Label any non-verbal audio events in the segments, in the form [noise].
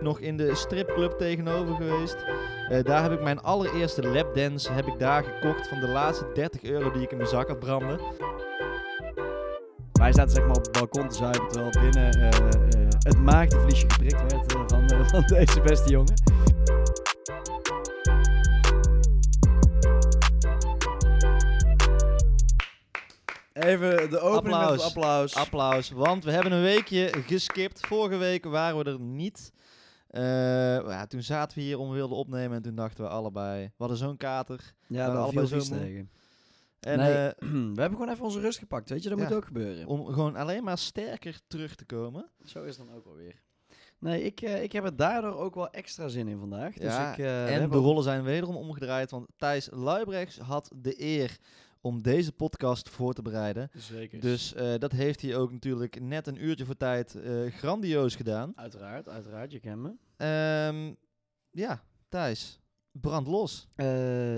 nog in de stripclub tegenover geweest. Eh, daar heb ik mijn allereerste lapdance heb ik daar gekocht van de laatste 30 euro die ik in mijn zak had branden. Wij zaten zeg maar op het balkon te zuipen, terwijl binnen eh, eh, het maagdenvliesje geprikt werd eh, van, eh, [laughs] van deze beste jongen. Even de opening applaus. Applaus. met Applaus, applaus. want we hebben een weekje geskipt. Vorige week waren we er niet. Eh, ja, toen zaten we hier om we wilden opnemen en toen dachten we allebei, we hadden zo'n kater. ja, waren dat allebei zo viel vies moe. tegen. En Nee. [clears throat] eh, We hebben gewoon even onze rust gepakt, weet je, dat Ja. moet ook gebeuren. om gewoon alleen maar sterker terug te komen. Zo is het dan ook alweer. Nee, ik, eh, ik heb er daardoor ook wel extra zin in vandaag. Dus Ja, ik, eh, we en hebben de rollen zijn wederom omgedraaid, want Thijs Luibrechts had de eer om deze podcast voor te bereiden. Zeker. Dus eh, dat heeft hij ook natuurlijk net een uurtje voor tijd eh, grandioos gedaan. Uiteraard, uiteraard, je kent me. Ehm, ja, Thijs, brand los. Eh,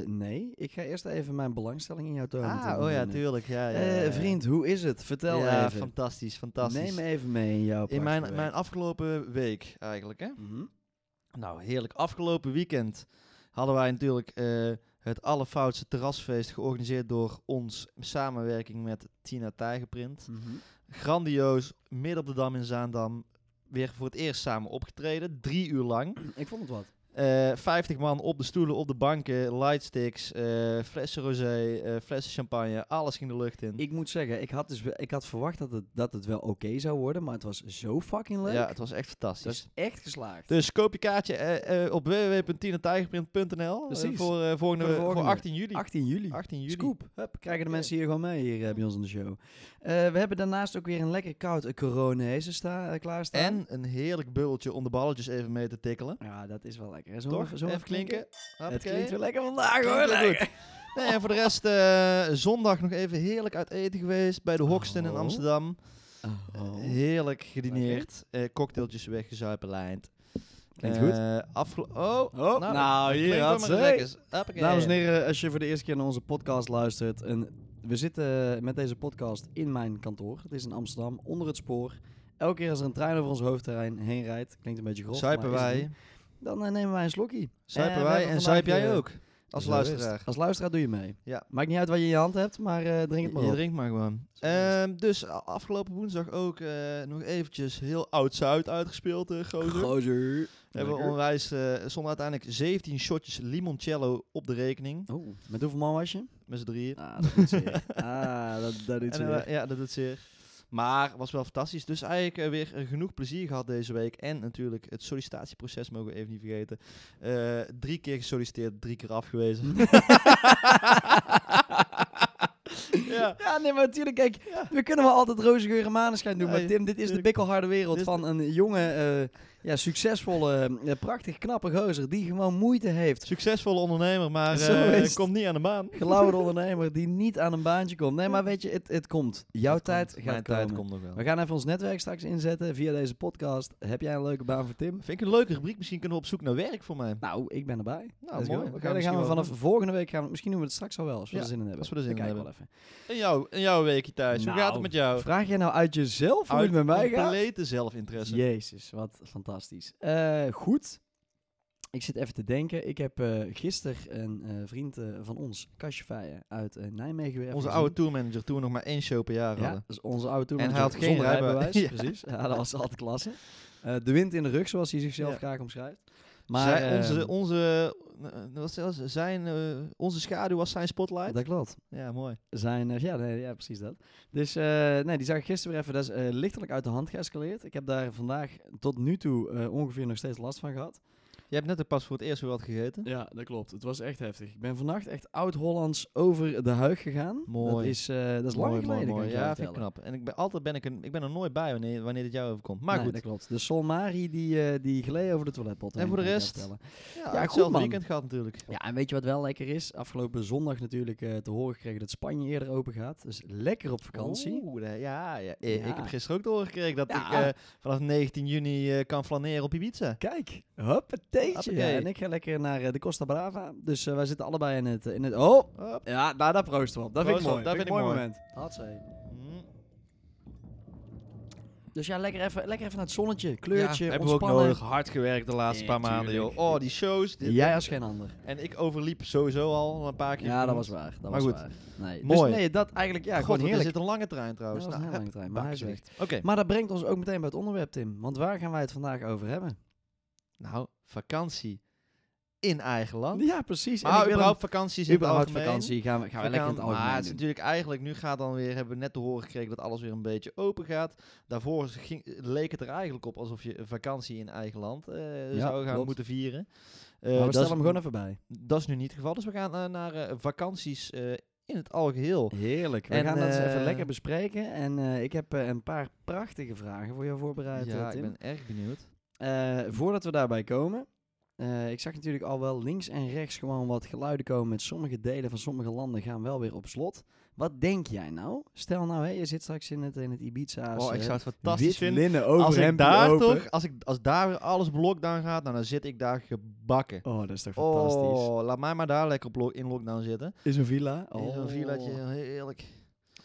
nee, ik ga eerst even mijn belangstelling in jou tonen. Ah, Tim oh ja, Lindenen. tuurlijk. Ja, ja, ja, Eh, ja. vriend, hoe is het? Vertel ja, even. fantastisch, fantastisch. Neem me even mee in jouw in mijn, prachtige mijn week. afgelopen week eigenlijk, hè? Mhm. Nou, heerlijk. Afgelopen weekend hadden wij natuurlijk eh het Allerfoutse Terrasfeest georganiseerd door ons in samenwerking met Tina Tijgenprint. Mhm. [clears throat] Grandioos, midden op de Dam in Zaandam. Weer voor het eerst samen opgetreden, drie uur lang. Ik vond het wat. Eh 50 man op de stoelen, op de banken, lightsticks, eh, flessen rosé, eh, flessen champagne, alles ging de lucht in. Ik moet zeggen, ik had, dus, we- ik had verwacht dat het, dat het wel oké zou worden, maar het was zo fucking leuk. Ja, het was echt Dat fantastisch. is echt geslaagd. Dus koop je kaartje eh, eh, op www.tinatijgerprint.nl eh, Precies. voor, eh, volgende, Voor de voor volgende. 18 juli. 18 juli. 18 juli. Scoop. Hup, krijgen de mensen hier gewoon mee hier eh, bij ons in de show. Eh, we hebben daarnaast ook weer een lekker koud eh, coronaise sta- eh, klaarstaan. En een heerlijk bubbeltje om de balletjes even mee te tikkelen. Ja, dat is wel lekker. hè? Zullen we Toch? even- zullen we even klinken. Het Hoppakee. klinkt wel lekker vandaag Klinkt hoor. wel lekker. Nee, en voor de rest, eh, zondag nog even heerlijk uit eten geweest bij de Hoxton in Oh. Amsterdam. Oh. Heerlijk gedineerd. Eh, cocktailtjes weggezuipen lijnt. Klinkt goed. Afgelo- oh, Oh, nou, hier klinkt had maar ze. eens lekkers. Hoppakee. Eh, Dames en heren, als je voor de eerste keer naar onze podcast luistert. En we zitten met deze podcast in mijn kantoor. Het is in Amsterdam, onder het spoor. Elke keer als er een trein over ons hoofdterrein heen rijdt, klinkt een beetje grof. maar Zuipen is het wij. niet. Dan eh, nemen wij een slokje. Zuipen we wij hebben en vandaag, zuip jij eh, ook. Als Zo is luisteraar. het. Als luisteraar doe je mee. Ja. Maakt niet uit wat je in je hand hebt, maar eh, drink het maar je op. drinkt maar gewoon. Zo is het. Ehm, dus a- afgelopen woensdag ook eh, nog eventjes heel oud-Zuid uitgespeeld, eh gozer. Gozer. Hebben we Lekker. onwijs, eh stonden uiteindelijk 17 shotjes limoncello op de rekening. Oh, met hoeveel man was je? Met z'n drieën. Ah, dat doet [laughs] zeer. ah, dat, dat doet En, eh, zeer. ja, dat doet zeer. Maar was wel fantastisch. Dus eigenlijk eh, weer eh, genoeg plezier gehad deze week. En natuurlijk het sollicitatieproces mogen we even niet vergeten. Eh, drie keer gesolliciteerd, drie keer afgewezen. [laughs] ja. Ja, nee, maar natuurlijk, kijk, Ja. we kunnen wel altijd roze geur en maneschijn doen. Maar Nee, Tim, dit is de tuurlijk. bikkelharde wereld Dit is van een jonge, eh, ja, succesvolle, eh, prachtig knappe gozer die gewoon moeite [laughs] heeft. Succesvolle ondernemer, maar Zo eh, is het. komt niet aan de baan. Gelauwde ondernemer die niet aan een baantje komt. Nee, maar weet je, het, het komt. Jouw Dat tijd komt. gaat Mijn komen. tijd komt nog wel. We gaan even ons netwerk straks inzetten via deze podcast. Heb jij een leuke baan voor Tim? Vind ik een leuke rubriek. Misschien kunnen we op zoek naar werk voor mij. Nou, ik ben erbij. Nou, Let's mooi. go. We Oké, gaan dan misschien gaan we wel vanaf doen. volgende week gaan we, misschien doen we het straks al wel als we Ja, er zin in hebben. als we er zin We in kijken hebben. wel even. En jou, en jouw weekje thuis. Hoe gaat Nou, het met jou? Vraag jij nou uit jezelf hoe Uit het met mij gaat? complete zelfinteresse. Jezus, wat fantastisch. Eh, goed. Ik zit even te denken. Ik heb eh gisteren een eh, vriend eh, van ons, Kastje Feijen, uit eh, Nijmegen weer even Onze gezien. oude tourmanager toen we nog maar één show per jaar Ja, dat hadden. is onze oude toen. En hij had geen zonder rijbewijs. [laughs] Ja. Precies, ja, dat was altijd klasse. Eh, de wind in de rug, zoals hij zichzelf Ja. graag omschrijft. Maar Maar ehm, onze, eh, onze, eh, wat was het? zijn, eh, onze schaduw was zijn spotlight. dat klopt. Ja, mooi. Zijn, eh, ja, nee, ja, precies dat. Dus eh, nee, die zag ik gisteren weer even. Dat is eh, lichtelijk uit de hand geëscaleerd. Ik heb daar vandaag tot nu toe eh, ongeveer nog steeds last van gehad. Je hebt net ook pas voor het eerst weer wat gegeten. Ja, dat klopt. Het was echt heftig. Ik ben vannacht echt oud-Hollands over de huig gegaan. Dat Mooi. is, eh dat is Mooi, lang mooi, geleden, mooi. kan ik jou Ja, vind ik vertellen. knap. En ik ben, altijd ben ik, een, ik ben er nooit bij wanneer, wanneer dit jou overkomt. Maar Nee, goed, dat klopt. De Solmari die, eh, die gleed over de toiletpot. En heen, voor de kan ik jou rest? vertellen. ja, goed, hetzelfde man. weekend gehad natuurlijk. Ja, en weet je wat wel lekker is? Afgelopen zondag natuurlijk eh, te horen gekregen dat Spanje eerder open gaat. Dus lekker op vakantie. Oeh, nee, ja, ja. Ik, Ja. ik heb gisteren ook doorgekregen dat Ja. ik eh, vanaf 19 juni eh, kan flaneren op Ibiza. Kijk, huppateetje. Ja, Hoppakee. en ik ga lekker naar eh, de Costa Brava. Dus eh, wij zitten allebei in het... In het oh! Hop. Ja, nou, daar proosten we op. Dat Proost vind ik mooi. op, dat vind ik een vind ik mooi mooi. moment. Had Mm. Dus ja, lekker even, lekker even naar het zonnetje, Kleurtje, kleurtje, hebben we ook ontspannen. nodig. Hard gewerkt de laatste Ja, paar maanden, tuurlijk. joh. Oh, die shows. dit- Jij als geen ander. En ik overliep sowieso al een paar keer. Ja, dat was waar. Dat Maar was goed. waar. Nee. Mooi. Dus nee, dat eigenlijk, ja, God, gewoon er heerlijk. zit een lange trein Dat trouwens. was een Nou, heel hup, lange trein, maar hij is dankjewel. weg. Oké, Maar dat brengt ons ook meteen bij het onderwerp, Tim. Want waar gaan wij het vandaag over hebben? nou, vakantie in eigen land. Ja, precies. En Maar ik wil Ah, überhaupt vakanties een, in het überhaupt algemeen. vakantie gaan we, gaan we lekker in het Vakan- Maar algemeen het is doen. natuurlijk eigenlijk, nu gaat dan weer, hebben we net te horen gekregen dat alles weer een beetje open gaat. Daarvoor ging, leek het er eigenlijk op alsof je een vakantie in eigen land eh, Ja, zou gaan klopt. moeten vieren. Eh, Maar we dat stellen is- hem gewoon even bij. Dat is nu niet het geval, dus we gaan eh, naar eh, vakanties eh, in het algeheel. Heerlijk. We En, gaan dat eens even eh, lekker bespreken. En eh, ik heb eh, een paar prachtige vragen voor jou voorbereid, eh, Ja, ik Tim. ben erg benieuwd. Eh, voordat we daarbij komen, eh, ik zag natuurlijk al wel links en rechts gewoon wat geluiden komen met sommige delen van sommige landen gaan wel weer op slot. Wat denk jij nou? Stel nou, hé, je zit straks in het, in het Ibiza's. Oh, ik eh, zou het fantastisch wit vinden. linnen Als ik overhemdje daar open. toch, als, ik, als daar weer alles blockdown gaat, nou, dan zit ik daar gebakken. Oh, dat is toch fantastisch. Oh, laat mij maar daar lekker op lo- in lockdown zitten. Is een villa. In zo'n Oh. villaatje, heerlijk.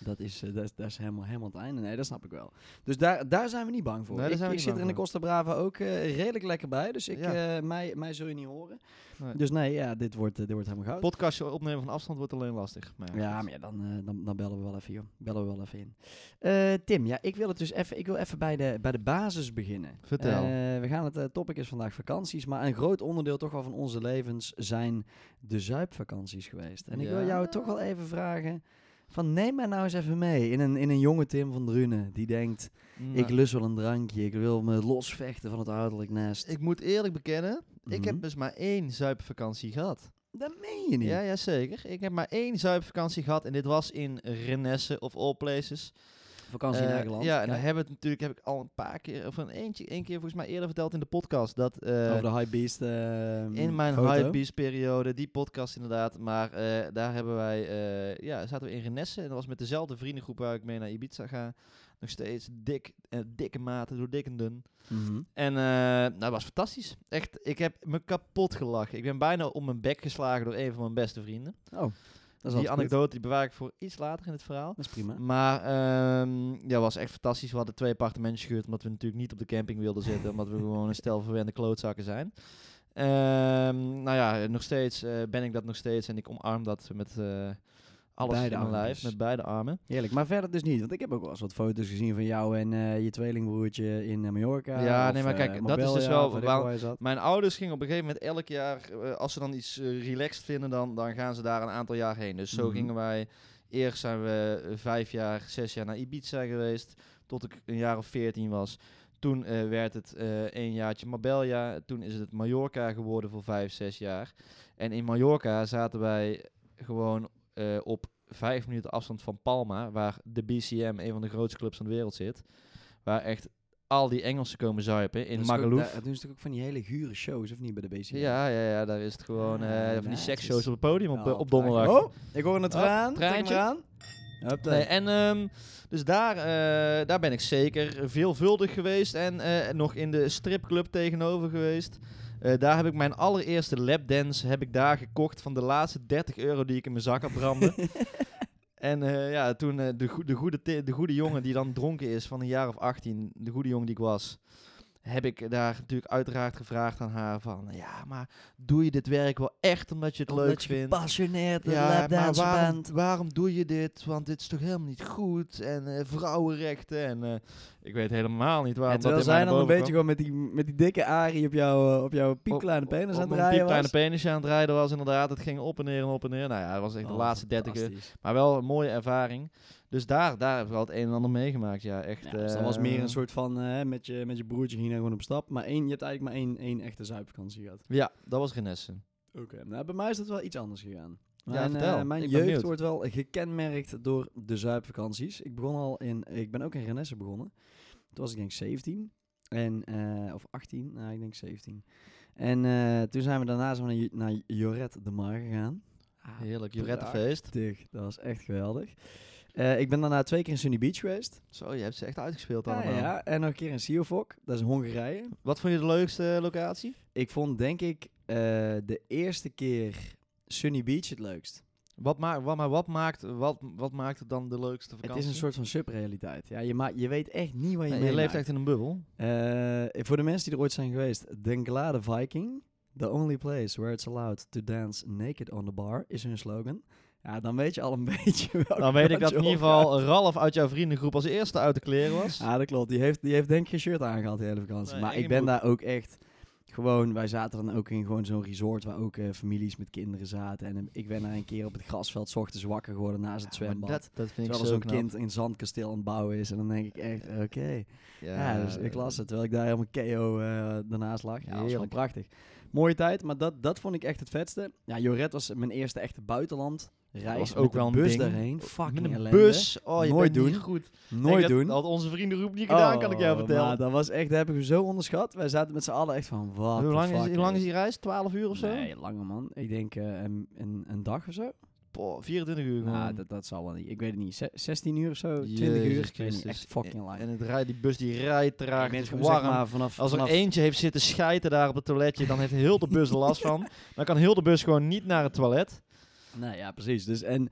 Dat is, eh, dat, is- dat is helemaal, helemaal het einde. Nee, dat snap ik wel. Dus daar, daar zijn we niet bang voor. Nee, daar ik zijn we niet ik zit er bang in de Costa Brava ook eh, redelijk lekker bij. Dus ik, Ja. eh, mij, mij zul je niet horen. Nee. Dus nee, ja, dit wordt, eh, dit wordt helemaal goud. Podcastje opnemen van afstand wordt alleen lastig. Maar Ja, goed. maar ja, dan, eh, dan, dan bellen we wel even, joh. Bellen we wel even in. Eh, Tim, ja, ik wil het dus even, ik wil even bij, de, bij de basis beginnen. Vertel. Eh, we gaan het eh, topic is vandaag vakanties, maar een groot onderdeel toch wel van onze levens zijn de zuipvakanties geweest. En ik wil Ja. jou toch wel even vragen: van neem mij nou eens even mee in een, in een jonge Tim van Drunen die denkt: Nou, ik lust wel een drankje, ik wil me losvechten van het ouderlijk nest. ik moet eerlijk bekennen, ik heb Mhm. dus maar één zuipvakantie gehad. Dat meen je niet. Ja, ja, zeker. Ik heb maar één zuipvakantie gehad en dit was in Renesse of all places. Vakantie in Eh, eigen land. Ja, en Kijk, dan hebben we het natuurlijk heb ik al een paar keer, of een eentje, één keer volgens mij eerder verteld in de podcast. Dat eh, over de high beast. eh, in mijn foto. hypebeast periode, die podcast inderdaad. Maar eh, daar hebben wij, eh, ja, zaten we in Renesse. En dat was met dezelfde vriendengroep waar ik mee naar Ibiza ga. Nog steeds dik, eh, dikke maten, door dik en dun. Mhm. En eh, nou, dat was fantastisch. Echt, ik heb me kapot gelachen. Ik ben bijna om mijn bek geslagen door een van mijn beste vrienden. Oh, dat is Die altijd goed. anekdote die bewaar ik voor iets later in het verhaal. Dat is prima. Maar ehm ja, was echt fantastisch. We hadden twee appartementen gehuurd, omdat we natuurlijk niet op de camping wilden zitten, omdat we gewoon een stel verwende klootzakken zijn. Ehm, nou ja, nog steeds eh, ben ik dat nog steeds en ik omarm dat met eh, alles Beide in mijn lijf, armpjes. met beide armen. Heerlijk, maar verder dus niet. Want ik heb ook wel eens wat foto's gezien van jou en eh, je tweelingbroertje in eh, Mallorca. Ja, of, nee, maar eh, kijk, dat is dus Marbella, wel of weet ik waar- waar je zat. Mijn ouders gingen op een gegeven moment elk jaar, eh, als ze dan iets eh, relaxed vinden, dan, dan gaan ze daar een aantal jaar heen. Dus zo Mhm. gingen wij, eerst zijn we eh, vijf jaar, zes jaar naar Ibiza geweest, tot ik een jaar of veertien was. Toen eh, werd het eh een jaartje Marbella, toen is het Mallorca geworden voor vijf, zes jaar. En in Mallorca zaten wij gewoon eh, op vijf minuten afstand van Palma, waar de BCM, een van de grootste clubs van de wereld zit. Waar echt al die Engelsen komen zuipen in Dat is ook- Magaluf. daar- Dat doen ze natuurlijk ook van die hele gure shows, of niet, bij de BC? Ja, ja, ja, daar is het gewoon Ah, eh, van die nice. seksshows op het podium op, eh, op donderdag. Oh, ik hoor een traan. Trek traantje. maar aan. Hup, Nee, en ehm, dus daar, eh, daar ben ik zeker veelvuldig geweest en eh, nog in de stripclub tegenover geweest. Eh, daar heb ik mijn allereerste lapdance heb ik daar gekocht van de laatste 30 euro die ik in mijn zak had [laughs] branden. en eh, ja, toen eh, de, goe- de, goede ti- de goede jongen die dan dronken is van een jaar of 18, de goede jongen die ik was, heb ik daar natuurlijk uiteraard gevraagd aan haar van, ja, maar doe je dit werk wel echt omdat je het Omdat leuk je vindt? gepassioneerd een Ja, maar lapdancer waarom, bent. waarom doe je dit? Want dit is toch helemaal niet goed? En eh, vrouwenrechten en... eh, ik weet helemaal niet waarom En dat in terwijl mij zij naar dan een boven beetje gewoon met die, met die dikke arie op jouw eh, op jouw piepkleine kwam. penis Op aan het mijn rijden was. piepkleine penisje aan het rijden was, inderdaad. Het ging op en neer en op en neer. Nou ja, dat was echt de Oh, laatste dertig. fantastisch. Maar wel een mooie ervaring. Dus daar, daar heb ik wel het een en ander meegemaakt. Ja, echt... Ja, dus dat was meer eh, een soort van, eh, met, je, met je broertje ging je gewoon op stap. Maar één, je hebt eigenlijk maar één, één echte zuipvakantie gehad. Ja, dat was Renesse. Oké, nou bij mij is dat wel iets anders gegaan. Ja, Mijn, vertel. eh, mijn Ik ben jeugd benieuwd. wordt wel gekenmerkt door de zuipvakanties. Ik begon al in, ik ben ook in Renesse begonnen. Toen was ik denk ik 17 en eh, of 18, nou ik denk 17. En eh, toen zijn we daarna zijn we naar, Jo- naar Joret de Mar gegaan. Heerlijk, prachtig. Jurettenfeest. Tig, dat was echt geweldig. Eh, ik ben daarna twee keer in Sunny Beach geweest. Zo, je hebt ze echt uitgespeeld Ja, allemaal. Ah, ja, en nog een keer in Siofok, dat is Hongarije. Wat vond je de leukste locatie? Ik vond denk ik eh, de eerste keer Sunny Beach het leukst. Wat, ma wat, maar wat, maakt, wat, wat maakt het dan de leukste Het vakantie? is een soort van subrealiteit. Ja, je, ma- je weet echt niet waar je Nee, mee je leeft echt in een bubbel. Voor de mensen die er ooit zijn geweest, Denklade Viking, the only place where it's allowed to dance naked on the bar, is hun slogan. Ja, dan weet je al een [laughs] beetje welke Dan weet ik kant [laughs] dat je in ieder opgaat. geval Ralf uit jouw vriendengroep als eerste uit de kleren was. Ja, Ah, dat klopt. Die heeft, die heeft denk ik geen shirt aangehad de hele vakantie. Nee, maar en ik geen ben broek. daar ook echt gewoon... Wij zaten dan ook in gewoon zo'n resort waar ook eh, families met kinderen zaten. En eh, ik ben daar een keer op het grasveld 's ochtends wakker geworden naast het Ja, maar zwembad. dat, dat vind ik Terwijl zo er zo'n knap. kind in een zandkasteel aan het bouwen is. En dan denk ik echt, oké. Ja, dus ik las het. Terwijl ik daar helemaal KO eh, daarnaast lag. Ja, dat was gewoon Heerlijk. prachtig. Mooie tijd, maar dat, dat vond ik echt het vetste. Ja, Joret was mijn eerste echte buitenland. Reis was met ook de wel een bus ding. daarheen. Fucking Met een ellende. bus. Oh, je Nooit bent niet doen. goed. Nooit Kijk, dat doen. had onze vriendengroep niet gedaan, kan ik jou Oh, vertellen. Maar dat was echt, dat heb ik hem zo onderschat. Wij zaten met z'n allen echt van, wat hoe, lang is, hoe lang is die reis? 12 uur of zo? Nee, langer man. Ik denk eh, een, een, een dag of zo. Poh, 24 uur gewoon. Nou, dat, dat zal wel niet. Ik weet het niet. Ze- 16 uur of zo? 20 uur? eh, Jezus Ik weet niet. Christus. Echt fucking lang. En het rijdt, die bus die rijdt traag, Ik ben het is gewoon, warm. zeg maar, vanaf, Als er vanaf eentje heeft zitten schijten daar op het toiletje, dan heeft heel de bus er last [laughs] van. Dan kan heel de bus gewoon niet naar het toilet. Nou ja, precies. Dus en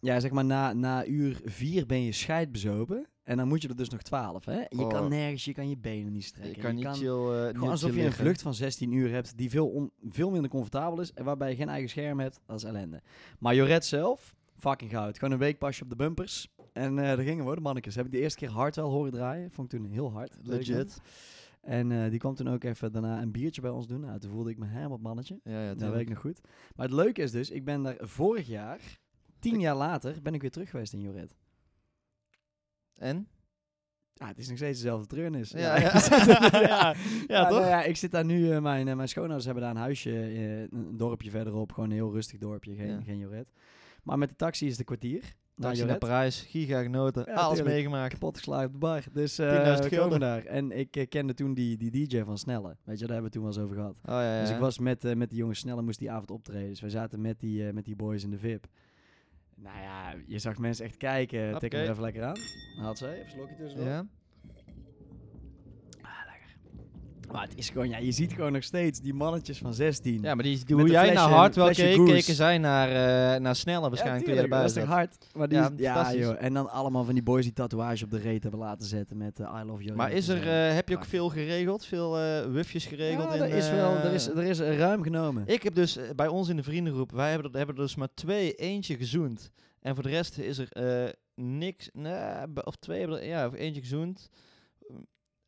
ja, zeg maar, na, na uur vier ben je scheidbezopen. En dan moet je er dus nog twaalf, hè? Je Oh. kan nergens, je kan je benen niet strekken. Je kan niet chill... eh, niet gewoon alsof chill je een liggen. vlucht van 16 uur hebt die veel, on- veel minder comfortabel is. En waarbij je geen eigen scherm hebt, dat is ellende. Maar Joret zelf, fucking goud. Gewoon een weekpasje op de bumpers. En eh daar gingen we, de mannetjes. Heb ik de eerste keer hard wel horen draaien. Vond ik toen heel hard. weet ik nog. Legit. En eh, die kwam toen ook even daarna een biertje bij ons doen. Nou, toen voelde ik me helemaal mannetje. Ja, ja, Dat weet ik nog goed. Maar het leuke is dus, ik ben daar vorig jaar, tien jaar later, ben ik weer terug geweest in Joret. En? Ah, het is nog steeds dezelfde treurnis. Ja, ja. [laughs] ik zit er- [laughs] Ja, ja, nou toch? ja, ik zit daar nu, eh, mijn, eh, mijn schoonouders hebben daar een huisje, eh, een- een dorpje verderop. Gewoon een heel rustig dorpje, geen, Ja. geen Joret. Maar met de taxi is het een kwartier naar Taxi naar Joret. Parijs, giga genoten, Ja, alles tuurlijk. meegemaakt. kapot geslagen op de bar. Dus eh 10.000 we gulden. komen daar. En ik eh, kende toen die, die DJ van Snelle. Weet je, daar hebben we toen wel eens over gehad. Oh, ja, ja. Dus ik was met, eh, met de jongens snel en moest die avond optreden. Dus wij zaten met die, eh, met die boys in de VIP. Nou ja, je zag mensen echt kijken. Tik Hoppakee. hem er even lekker aan. Dan had zij even een slokje tussendoor. Ja? Ah, lekker. Maar het is gewoon, ja, je ziet gewoon nog steeds die mannetjes van 16. ja, maar die, die, Met hoe een jij flesje- naar hard wel flesje keek, Goose. keken zij naar, eh naar sneller waarschijnlijk toen jij tuurlijk, erbij Dat zat. is toch hard. Maar die Ja, ja, ja fantastisch. joh. En dan allemaal van die boys die tatoeage op de reet hebben laten zetten met eh, I love you. Maar is er, eh, heb je ook veel geregeld? Veel eh wufjes geregeld? ja, er in, is wel, er eh, is, er is ruim genomen. Ik heb dus eh, bij ons in de vriendengroep, wij hebben er, hebben er dus maar twee, eentje gezoend. En voor de rest is er eh, niks, nee, b- of twee hebben er, ja, of eentje gezoend.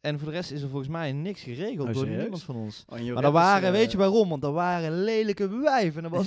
En voor de rest is er volgens mij niks geregeld Oh, door serieus? niemand van ons. Oh, en Joret Maar dat is, waren, eh, weet je waarom? Want dat waren lelijke wijven. Dat [laughs] was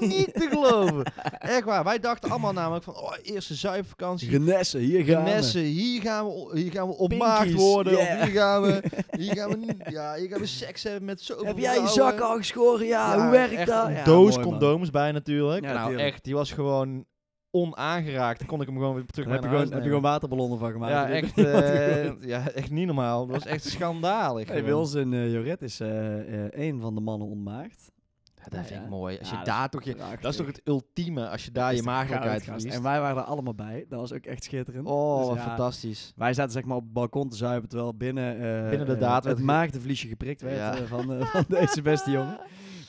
niet te [laughs] geloven. Echt waar. Wij dachten allemaal namelijk van, oh, eerste zuipvakantie. Renesse, hier gaan we. Messen, hier gaan we, o- hier gaan we op Pinkies, maagd worden. yeah. Of hier gaan [laughs] we, hier gaan we, n- ja, hier gaan we seks hebben met zoveel Heb jij je vrouwen. zak al geschoren? Ja, hoe werkt echt dat? Een Ja, doos mooi, man. condooms bij natuurlijk. Ja, nou, tuurlijk. echt, die was gewoon onaangeraakt. Dan kon ik hem gewoon weer terug Daar heb, je naar gewoon, huis heb nemen. je gewoon waterballonnen van [laughs] gemaakt. ja, Heb je- echt, wat eh, gewoon- ja, echt niet normaal. Dat was echt schandalig. Hey, bij gewoon. ons in eh, Joret is eh, eh, één van de mannen ontmaagd. Ja, dat vind ik Ja. mooi. Als je Ja, daar toch je... Dat is toch het ultieme, als je daar je maagdelijkheid En verliest. wij waren er allemaal bij. Dat was ook echt schitterend. Oh, Dus wat ja, fantastisch. Wij zaten zeg maar op het balkon te zuipen, terwijl binnen, eh, Binnen de eh, daad werd het ge- maagdenvliesje geprikt werd Ja. eh, [laughs] van, eh, [laughs] van deze beste jongen.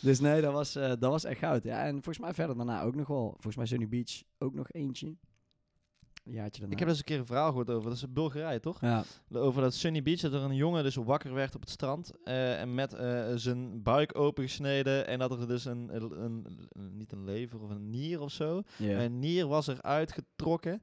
Dus nee, dat was, eh, dat was echt goud. Ja, en volgens mij verder daarna ook nog wel. Volgens mij Sunny Beach ook nog eentje. Een jaartje daarna. Ik heb dus een keer een verhaal gehoord over, dat is Bulgarije toch? ja. Over dat Sunny Beach, dat er een jongen dus wakker werd op het strand. eh, en met eh, zijn buik opengesneden. En dat er dus een, een, een- een- niet een lever of een nier of zo. Ja. Een nier was er uitgetrokken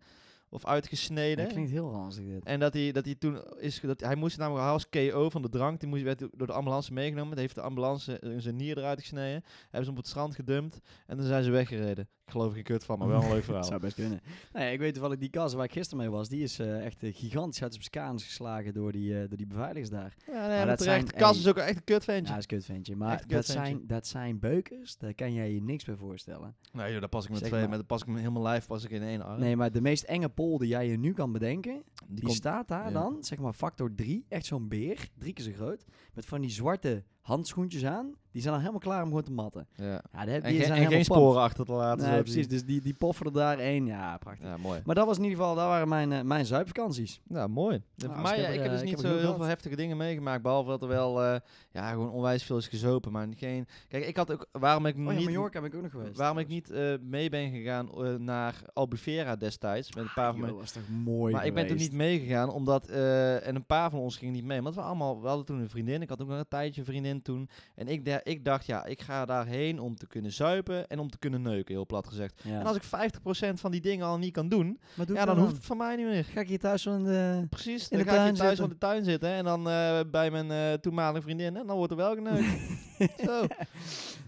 of Dat uitgesneden. klinkt heel ranzig dit. En dat hij, dat hij toen is, ge- dat hij moest namelijk, hij was KO van de drank, die moest, werd door de ambulance meegenomen. Dat heeft de ambulance eh, zijn nier eruit gesneden, hebben ze hem op het strand gedumpt en dan zijn ze weggereden. Ik geloof er geen kut van, maar wel een leuk [laughs] verhaal. Zou best kunnen. Nou ja, ik weet toevallig die kast waar ik gisteren mee was, die is eh, echt eh, gigantisch uit zijn skaans geslagen door die, eh, door die beveiligers daar. Ja, Maar nee, maar dat terecht. zijn- Cas ey. is ook echt een kutventje. Ja, dat is kut ventje. Maar Echt een dat kutventje. zijn, dat zijn beukers, daar kan jij je niks bij voorstellen. Nee joh, daar pas ik met Zeg twee, maar. maar daar pas ik met helemaal lijf pas ik in één arm. Nee, maar de meest enge pol die jij je nu kan bedenken, Oh. die, die, komt staat daar ja. dan, zeg maar factor 3, echt zo'n beer, drie keer zo groot, met van die zwarte handschoentjes aan. Die zijn al helemaal klaar om gewoon te matten. Ja. Ja, die, die En, geen- zijn en helemaal geen pand. sporen achter te laten. Nee, zodat precies. die- Dus die, die pofferen daar één. Ja, prachtig. Ja, mooi. Maar dat was in ieder geval, dat waren mijn, eh, mijn zuipvakanties. Ja, mooi. Nou, maar als ik ja, heb er, ik heb eh, dus ik niet heb zo er heel genoeg veel gehad. heftige dingen meegemaakt. Behalve dat er wel eh, ja, gewoon onwijs veel is gezopen. Maar geen... Kijk, ik had ook... Waarom ik Oh ja, niet... Mallorca ben ik ook nog geweest. Waarom ik niet eh, mee ben gegaan eh, naar Albufeira destijds met een Ah, paar van mijn was toch mooi Maar ik ben toen niet meegegaan, omdat... eh, en een paar van ons gingen niet mee. Want we, allemaal, we hadden toen een vriendin. Ik had ook nog een tijdje een vriendin toen. En ik, da- ik dacht, ja, ik ga daarheen om te kunnen zuipen en om te kunnen neuken, heel plat gezegd. Ja. En als ik 50% van die dingen al niet kan doen, maar doe ja, dan hoeft het van mij niet meer. Ga ik hier thuis van de... Precies, In dan de ga ik hier tuin thuis zitten. van de tuin zitten en dan eh, bij mijn eh, toenmalige vriendin. En dan wordt er wel [laughs] geneukt. Zo.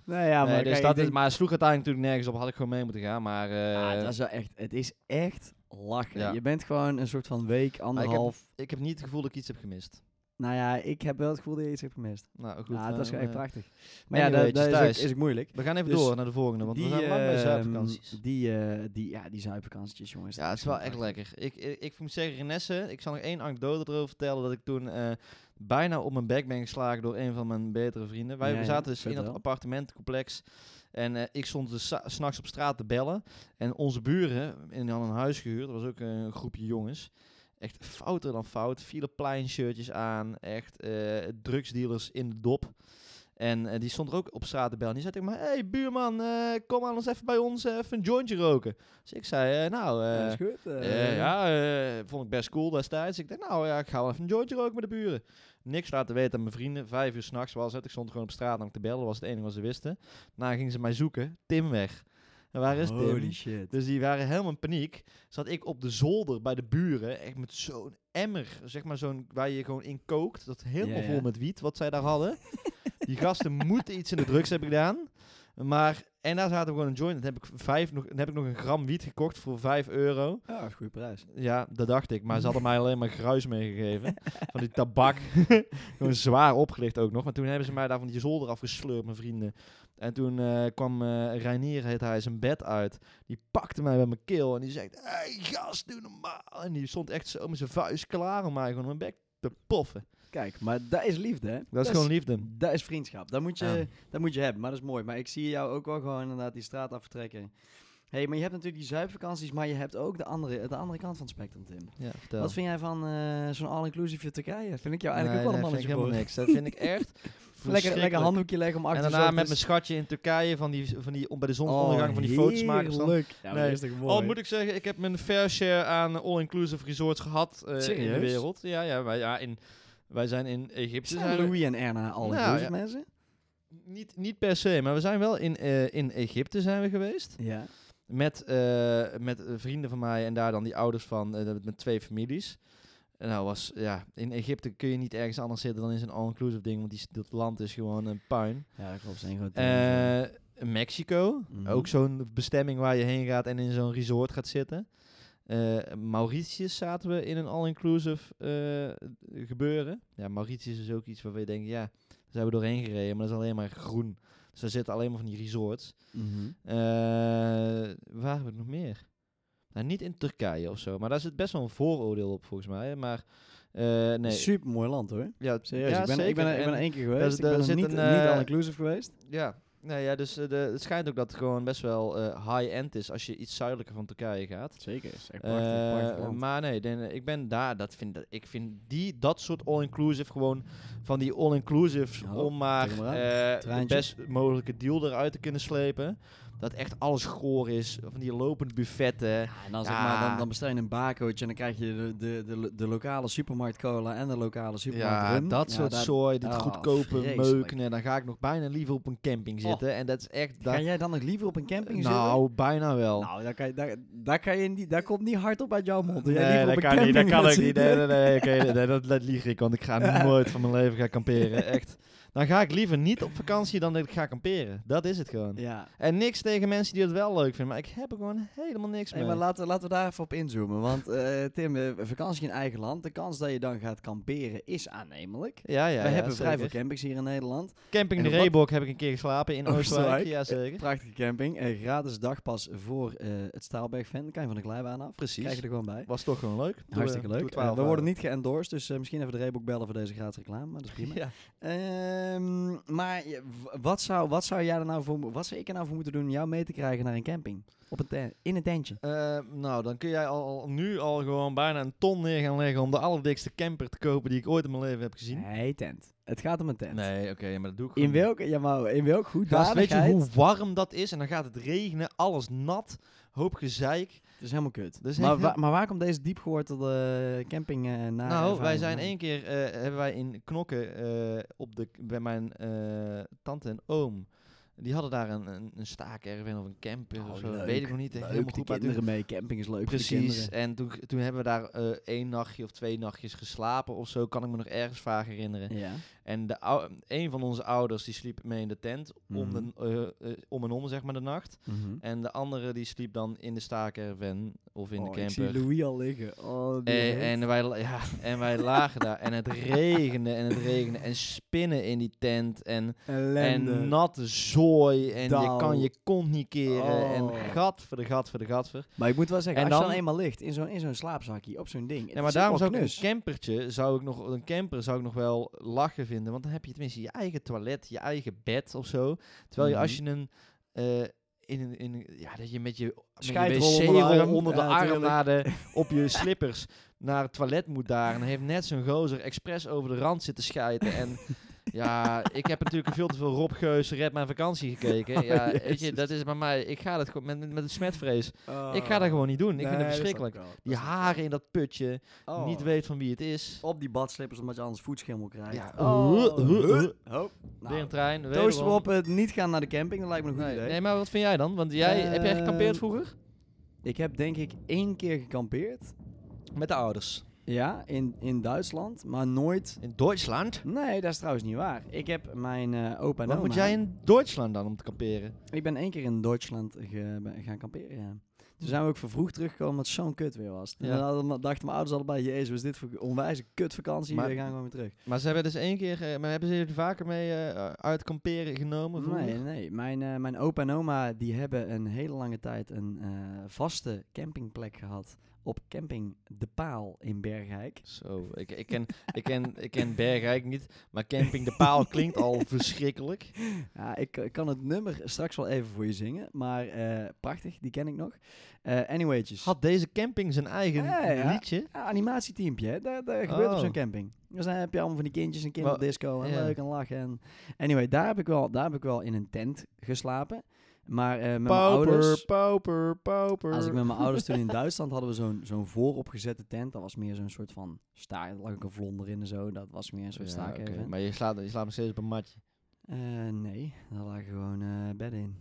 Nou ja, Nee, maar dus kijk, dat ik is, denk- maar sloeg uiteindelijk natuurlijk nergens op. Had ik gewoon mee moeten gaan, maar... eh, Ah, dat is wel echt, het is echt lachen. Ja. Je bent gewoon een soort van week, anderhalf. ik heb niet het gevoel dat ik iets heb gemist. Nou ja, ik heb wel het gevoel dat je iets hebt gemist. Nou, goed. ja, het was dan, gewoon echt eh, prachtig. Maar ja, anyway, dat, dat is, ook, thuis. is ook moeilijk. We gaan even Dus door naar de volgende, want we zijn lang bij ehm, zuipvakanties. Die, eh, die, ja, die zuipvakanties, jongens. Ja, het is wel gewoon echt prachtig. lekker. Ik, ik, ik moet zeggen, Renesse, ik zal nog één anekdote erover vertellen, dat ik toen eh, bijna op mijn bek ben geslagen door een van mijn betere vrienden. Wij Ja, ja, zaten dus in dat vertel. appartementencomplex en eh, ik stond dus sa- s'nachts op straat te bellen. En onze buren, en die hadden een huis gehuurd, dat was ook eh, een groepje jongens. Echt fouter dan fout, vielen pleinshirtjes aan, echt eh, drugsdealers in de dop. En eh, die stond er ook op straat te bellen. En die zei tegen mij, hey buurman, eh, kom aan ons even bij ons eh, even een jointje roken. Dus ik zei, eh, nou, eh, Ja, is goed. eh, eh, ja, eh, vond ik best cool destijds. Ik dacht, nou ja, ik ga wel even een jointje roken met de buren. Niks laten weten aan mijn vrienden. Vijf uur s'nachts was het. Ik stond gewoon op straat om te bellen. was het enige wat ze wisten. Daarna gingen ze mij zoeken. Tim weg. En waar is Tim? Holy shit. Dus die waren helemaal in paniek. Zat ik op de zolder bij de buren. Echt met zo'n emmer. Zeg maar zo'n waar je gewoon in kookt. Dat helemaal Ja, ja. vol met wiet wat zij daar [laughs] hadden. die gasten moeten iets in de drugs hebben gedaan. Maar, en daar zaten we gewoon een joint. Dan heb ik, vijf, nog, dan heb ik nog een gram wiet gekocht voor 5 euro. Ja, dat is een goede prijs. Ja, dat dacht ik. Maar ze hadden [laughs] mij alleen maar gruis meegegeven. Van die tabak. [laughs] Gewoon zwaar opgelicht ook nog. Maar toen hebben ze mij daar van die zolder afgesleurd, mijn vrienden. En toen eh, kwam eh Reinier, heet hij, zijn bed uit. Die pakte mij bij mijn keel en die zegt... hey, gast, doe normaal. En die stond echt zo met zijn vuist klaar om mij gewoon mijn bek te poffen. Kijk, maar dat is liefde, hè? Dat, Dat is gewoon liefde. Dat is vriendschap. Dat moet, je, Ja. dat moet je hebben, maar dat is mooi. Maar ik zie jou ook wel gewoon inderdaad die straat aftrekken. hey, maar je hebt natuurlijk die zuipvakanties, maar je hebt ook de andere, de andere kant van het spectrum, Tim. Ja, vertel. Wat vind jij van eh, zo'n all-inclusive Turkije? Vind ik jou eigenlijk Nee, ook wel nee, een vind ik mannetje helemaal voor. niks. Dat vind ik echt [laughs] Lekker, lekker verschrikkelijk. handdoekje leggen om achter dus- En daarna met mijn schatje in Turkije van die, van die, om bij de Oh, zonsondergang van die foto's maken. staan. Leuk. Ja, maar Nee. dat is toch mooi. Al Oh, moet ik zeggen, ik heb mijn fair share aan eh, all-inclusive resorts gehad eh, in de Serieus? wereld. Ja, ja, wij, ja in, wij zijn in Egypte. Zijn zijn we- Louis en Erna all-inclusive Nou, ja. mensen? niet, niet per se, maar we zijn wel in, eh, in Egypte zijn we geweest. Ja. Met, eh, met eh, vrienden van mij en daar dan die ouders van, eh, dat- met twee families. En nou was, ja, in Egypte kun je niet ergens anders zitten dan in zo'n all-inclusive ding, want die, s- dat land is gewoon een puin. Ja, dat klopt. Zijn groot Eh, Mexico, Mhm. ook zo'n bestemming waar je heen gaat en in zo'n resort gaat zitten. Eh, Mauritius zaten we in een all-inclusive eh, gebeuren. Ja, Mauritius is ook iets waarvan je denkt, ja, daar zijn we doorheen gereden, maar dat is alleen maar groen. Dus daar zitten alleen maar van die resorts. Mhm. Eh, waar hebben we nog meer? Nou, niet in Turkije of zo, maar daar zit best wel een vooroordeel op volgens mij. Maar eh, nee, Super mooi land hoor. ja, Serieus, ja, ik, ben, ik, ben, zeker. er- ik ben er En- één keer geweest. daar ik ben zit er niet, een, niet eh, all-inclusive geweest. Ja, nou ja, dus eh, de, het schijnt ook dat het gewoon best wel eh, high-end is als je iets zuidelijker van Turkije gaat. Zeker, is echt Eh, maar nee, dan, eh, ik ben daar. Dat vind, dat, ik vind die, dat soort all-inclusive gewoon van die all-inclusives Ja, om maar trek hem maar aan. eh, de Treintje. best mogelijke deal eruit te kunnen slepen. Dat echt alles goor is, van die lopende buffetten. en dan, ja. zeg maar, dan, dan bestel je een baarcootje en dan krijg je de, de, de, de lokale supermarkt cola en de lokale supermarkt Ja, rum. dat soort daar- zooi, dit oh, goedkope vreselijk. meuken. En dan ga ik nog bijna liever op een camping Oh. zitten. En dat is echt... Ga daar- jij dan nog liever op een camping nou, bijna wel. zitten? Nou, daar, kan je, daar, daar, kan je niet, daar komt niet hard op uit jouw mond. dat jij Nee, liever dat op een kan niet. Dat kan camping gaat ook niet. Nee, zitten. nee, nee. oké, nee, nee, dat, dat lieg ik, want ik [laughs] ga nooit van mijn leven gaan kamperen. Echt. Dan ga ik liever niet op vakantie dan dat ik ga kamperen. Dat is het gewoon. Ja, En niks tegen mensen die het wel leuk vinden, maar ik heb er gewoon helemaal niks Hey, mee. maar laten, laten we daar even op inzoomen. Want eh, Tim, eh, vakantie in eigen land. De kans dat je dan gaat kamperen is aannemelijk. ja, ja, we ja, hebben vrij veel zeker. campings hier in Nederland. Camping en de wat- Reebok heb ik een keer geslapen in Oostenrijk. Ja, zeker. Prachtige camping. Eh, gratis dagpas voor eh, het Staalberg-fan. Dan kan je van de glijbaan af. Precies. Krijg je er gewoon bij. Was toch gewoon leuk. Doe, Hartstikke eh, doe leuk. 12 Eh, we worden euro. niet geëndorsed, dus eh, misschien even de Reebok bellen voor deze gratis reclame, maar dat is [laughs] prima. Ja. Ehm, maar je- w- wat zou, wat zou jij er nou voor, mo- wat zou ik er nou voor moeten doen om jou mee te krijgen naar een camping? Op een ten- in een tentje. Eh, nou, dan kun jij al, al- nu al gewoon bijna een ton neer gaan leggen om de allerdikste camper te kopen die ik ooit in mijn leven heb gezien. Nee, tent. Het gaat om een tent. Nee, oké, maar dat doe ik In welk, ja, maar in welk goed Gast, weet je hoe warm dat is? En dan gaat het regenen, alles nat, hoop gezeik. Het is helemaal kut. Dus Dat is maar, [laughs] echt wa- heel- maar waar komt deze diepgewortelde camping eh naar? nou, wij zijn één keer, eh, hebben wij in Knokken eh, op de, bij mijn eh, tante en oom, die hadden daar een, een, een staakerven of een camper Oh, of zo. leuk. Weet ik nog niet. echt Leuk, helemaal die goed, maar toen- kinderen mee. Camping is leuk voor de Precies, kinderen. en toen, toen hebben we daar eh, één nachtje of twee nachtjes geslapen of zo, kan ik me nog ergens vaag herinneren. Ja. En de ou- een van onze ouders die sliep mee in de tent om, de, eh, eh, om en om, zeg maar, de nacht. Mhm. En de andere die sliep dan in de staakerven of in Oh, de Ik zie camper. Louis al liggen. Oh, die Eh, heet. en, wij, la- ja, en wij lagen daar en het [laughs] regende en het regende en spinnen in die tent en, Ellende. en natte zooi en je Dauw. kan je kont niet keren Oh. en gat voor de gat voor de gat voor. Maar ik moet wel zeggen, En als je dan dan- eenmaal ligt in zo'n in zo'n slaapzakje, op zo'n ding. Ja, maar daarom zou ik een dus. campertje, zou ik nog, een camper zou ik nog wel lachen vinden, want dan heb je tenminste je eigen toilet, je eigen bed of zo. Terwijl je als Mhm. je een eh, in een, in een- ja, dat je met je, met je Scheidrol onder de wc-rol arm. onder de Ja, arm tuurlijk. naar de, op je slippers naar het toilet moet daar. En dan heeft net zo'n gozer expres over de rand zitten schijten. [laughs] En ja, ik heb natuurlijk veel te veel Rob Geus Red Mijn Vakantie gekeken. [laughs] Oh, Ja, weet je, Jezus. dat is bij mij, ik ga dat gewoon met, met, met het smetvrees. Ik Oh. ga dat gewoon niet doen. Ik vind het verschrikkelijk. Die haren in dat putje, Oh. niet weet van wie het is. Op die badslippers, omdat je anders voetschimmel krijgt. Ja. Oh. Huh, huh, huh. Hoop. Nou, Weer een trein. Toast wederom. op het niet gaan naar de camping, dat lijkt me een goed Nee, idee. nee, maar wat vind jij dan? Want jij, heb jij Eh, gekampeerd vroeger? Ik heb denk ik één keer gekampeerd. Met de ouders. Ja, in, in Duitsland, maar nooit... In Duitsland? Nee, dat is trouwens niet waar. Ik heb mijn eh, opa en Wat oma- moet jij in Duitsland dan om te kamperen? Ik ben één keer in Duitsland ge- ben- gaan kamperen, ja. Toen zijn we ook vervroegd teruggekomen omdat het zo'n kut weer was. Toen Ja. hadden we- dachten mijn ouders allebei, jezus, wat is dit voor onwijze kutvakantie? Maar- we gaan gewoon weer terug. Maar ze hebben dus één keer, eh, maar hebben ze jullie vaker mee eh, uit kamperen genomen? vroeger? Nee, nee. Mijn, eh, mijn opa en oma die hebben een hele lange tijd een eh, vaste campingplek gehad op camping De Paal [laughs] in Bergijk. Zo, ik, ik, ken, ik, ken, ik ken Bergrijk niet, maar Camping de Paal klinkt [laughs] al verschrikkelijk. Ja, ik, ik kan het nummer straks wel even voor je zingen, maar eh, prachtig, die ken ik nog. Eh anyway'tjes. Had deze camping zijn eigen Ja, ja. liedje? Ja, animatieteampje, hè? daar, daar gebeurt op Oh. zo'n camping. Dus dan heb je allemaal van die kindjes en kinderdisco en ja. leuk en lachen. En anyway, daar heb, ik wel, daar heb ik wel in een tent geslapen. Maar eh, met mijn Pauper, ouders, pauper, pauper. als ik met [laughs] mijn ouders toen in Duitsland hadden we zo'n zo'n vooropgezette tent. Dat was meer zo'n soort van staak, er lag ook een vlonder in en zo. Dat was meer een soort Ja, staak oké, even. Maar je slaat, je slaat nog steeds op een matje. Eh, nee, daar lagen gewoon eh, bedden in.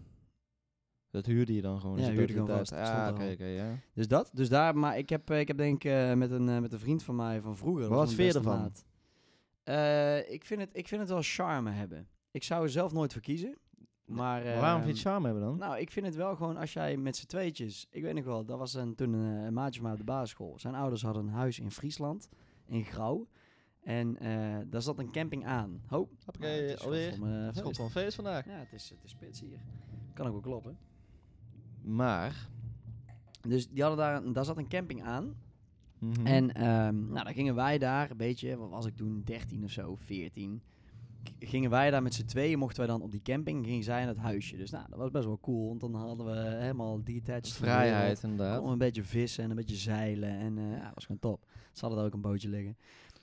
Dat huurde je dan gewoon. Ja, zit huurde ook ik gewoon thuis. vast, stond Ah, er oké, al. oké, ja. Dus dat, dus daar, maar ik heb, eh, ik heb denk ik eh, met, een, eh, met een vriend van mij van vroeger. dat Wat was vind mijn je beste ervan? maat. Eh, ik, vind het, ik vind het wel charme hebben. Ik zou er zelf nooit voor kiezen. Maar, Maar waarom eh, vind je het charme hebben dan? Nou, ik vind het wel gewoon als jij met z'n tweetjes. Ik weet nog wel, dat was een, toen een, eh, een maatje van mij op de basisschool. Zijn ouders hadden een huis in Friesland, in Grauw. En eh, daar zat een camping aan. Ho, maar het Oké, is wel alweer. voor mijn eh, Het schot feest. van feest vandaag. Ja, het is, het is spits hier. Kan ook wel kloppen. Maar. Dus die hadden daar, een- daar zat een camping aan. mhm. En ehm, nou, dan gingen wij daar, een beetje, wat was ik toen, 13 of zo, 14. K- Gingen wij daar met z'n tweeën, mochten wij dan op die camping, gingen zij in het huisje. Dus nou, dat was best wel cool, want dan hadden we helemaal detached. van de wereld. Dus vrijheid, Konden we inderdaad. een beetje vissen en een beetje zeilen en eh ja, dat was gewoon top. Ze hadden daar ook een bootje liggen.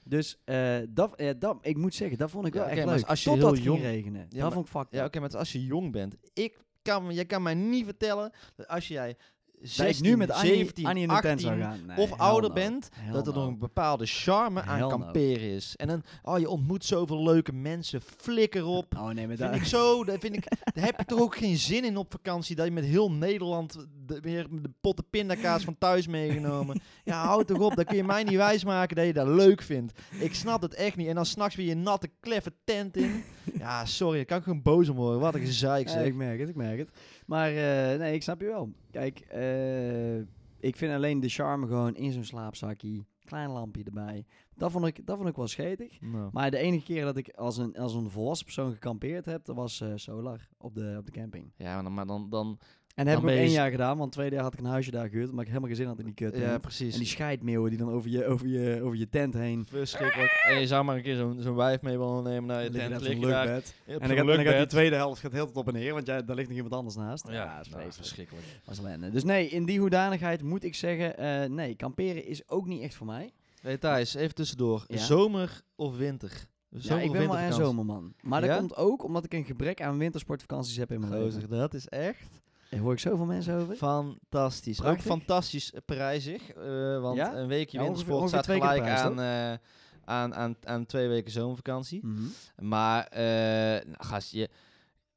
Dus eh, dat, eh, dat, ik moet zeggen, dat vond ik Ja, wel oké, echt maar leuk. als je Totdat heel het ging jong- regenen. Ja, dat maar- vond ik fucked Ja, oké, up. maar het is als je jong bent. Ik kan, je kan mij niet vertellen dat als jij dat 16, ik nu met Annie, 17, Annie in de 18 tent zou gaan. Nee, of hell ouder no. bent, Hell dat er no. nog een bepaalde charme Hell aan no. kamperen is. En dan, oh, je ontmoet zoveel leuke mensen, flikker op. Oh nee, maar Vind daar... ik zo, daar, vind ik, daar heb je toch ook geen zin in op vakantie dat je met heel Nederland de, weer de potten pindakaas van thuis meegenomen. Ja, hou toch op, dan kun je mij niet wijsmaken dat je dat leuk vindt. Ik snap het echt niet. En dan s'nachts weer je natte, kleffe tent in. Ja, sorry, daar kan ik gewoon boos om worden. Wat een gezeik Ja, zeg. ik merk het, ik merk het. Maar eh, nee, ik snap je wel. Kijk, eh, ik vind alleen de charme gewoon in zo'n slaapzakje, klein lampje erbij. Dat vond ik, dat vond ik wel schetig. Nou. Maar de enige keer dat ik als een, als een volwassen persoon gekampeerd heb, dat was eh, solar op de, op de camping. Ja, maar dan, maar dan, dan En dat heb Dan ik ben ook je één s- jaar gedaan, want twee jaar had ik een huisje daar gehuurd, maar ik heb helemaal geen zin had in die kut. ja, precies. en die scheidmeeuwen die dan over je, over je, over je tent heen Verschrikkelijk. En je zou maar een keer zo'n zo'n wijf mee willen nemen naar je liggen tent. daar op zo'n liggen daar luchtbed. op En zo'n dan gaat, dan gaat die luchtbed. tweede helft gaat heel tot op en neer, want jij, daar ligt nog iemand anders naast. Ja, nou, is dat is vreselijk. verschrikkelijk. Was ellende. Dus nee, in die hoedanigheid moet ik zeggen, eh, nee, kamperen is ook niet echt voor mij. Hey Thijs, even tussendoor. Ja? Zomer of winter? Ja, Zomer ik of ben wel een wintervakantie? zomerman. Maar dat Ja? komt ook omdat ik een gebrek aan wintersportvakanties heb in mijn Gozer, leven. dat is echt Daar hoor ik zoveel mensen over. fantastisch. Prachtig. Ook fantastisch eh, prijzig, eh, want Ja? een weekje Ja, ongeveer- wintersport ongeveer staat twee keer de gelijk prijs, aan, eh, aan, aan, aan twee weken zomervakantie. Mhm. Maar, eh nou, gast, je...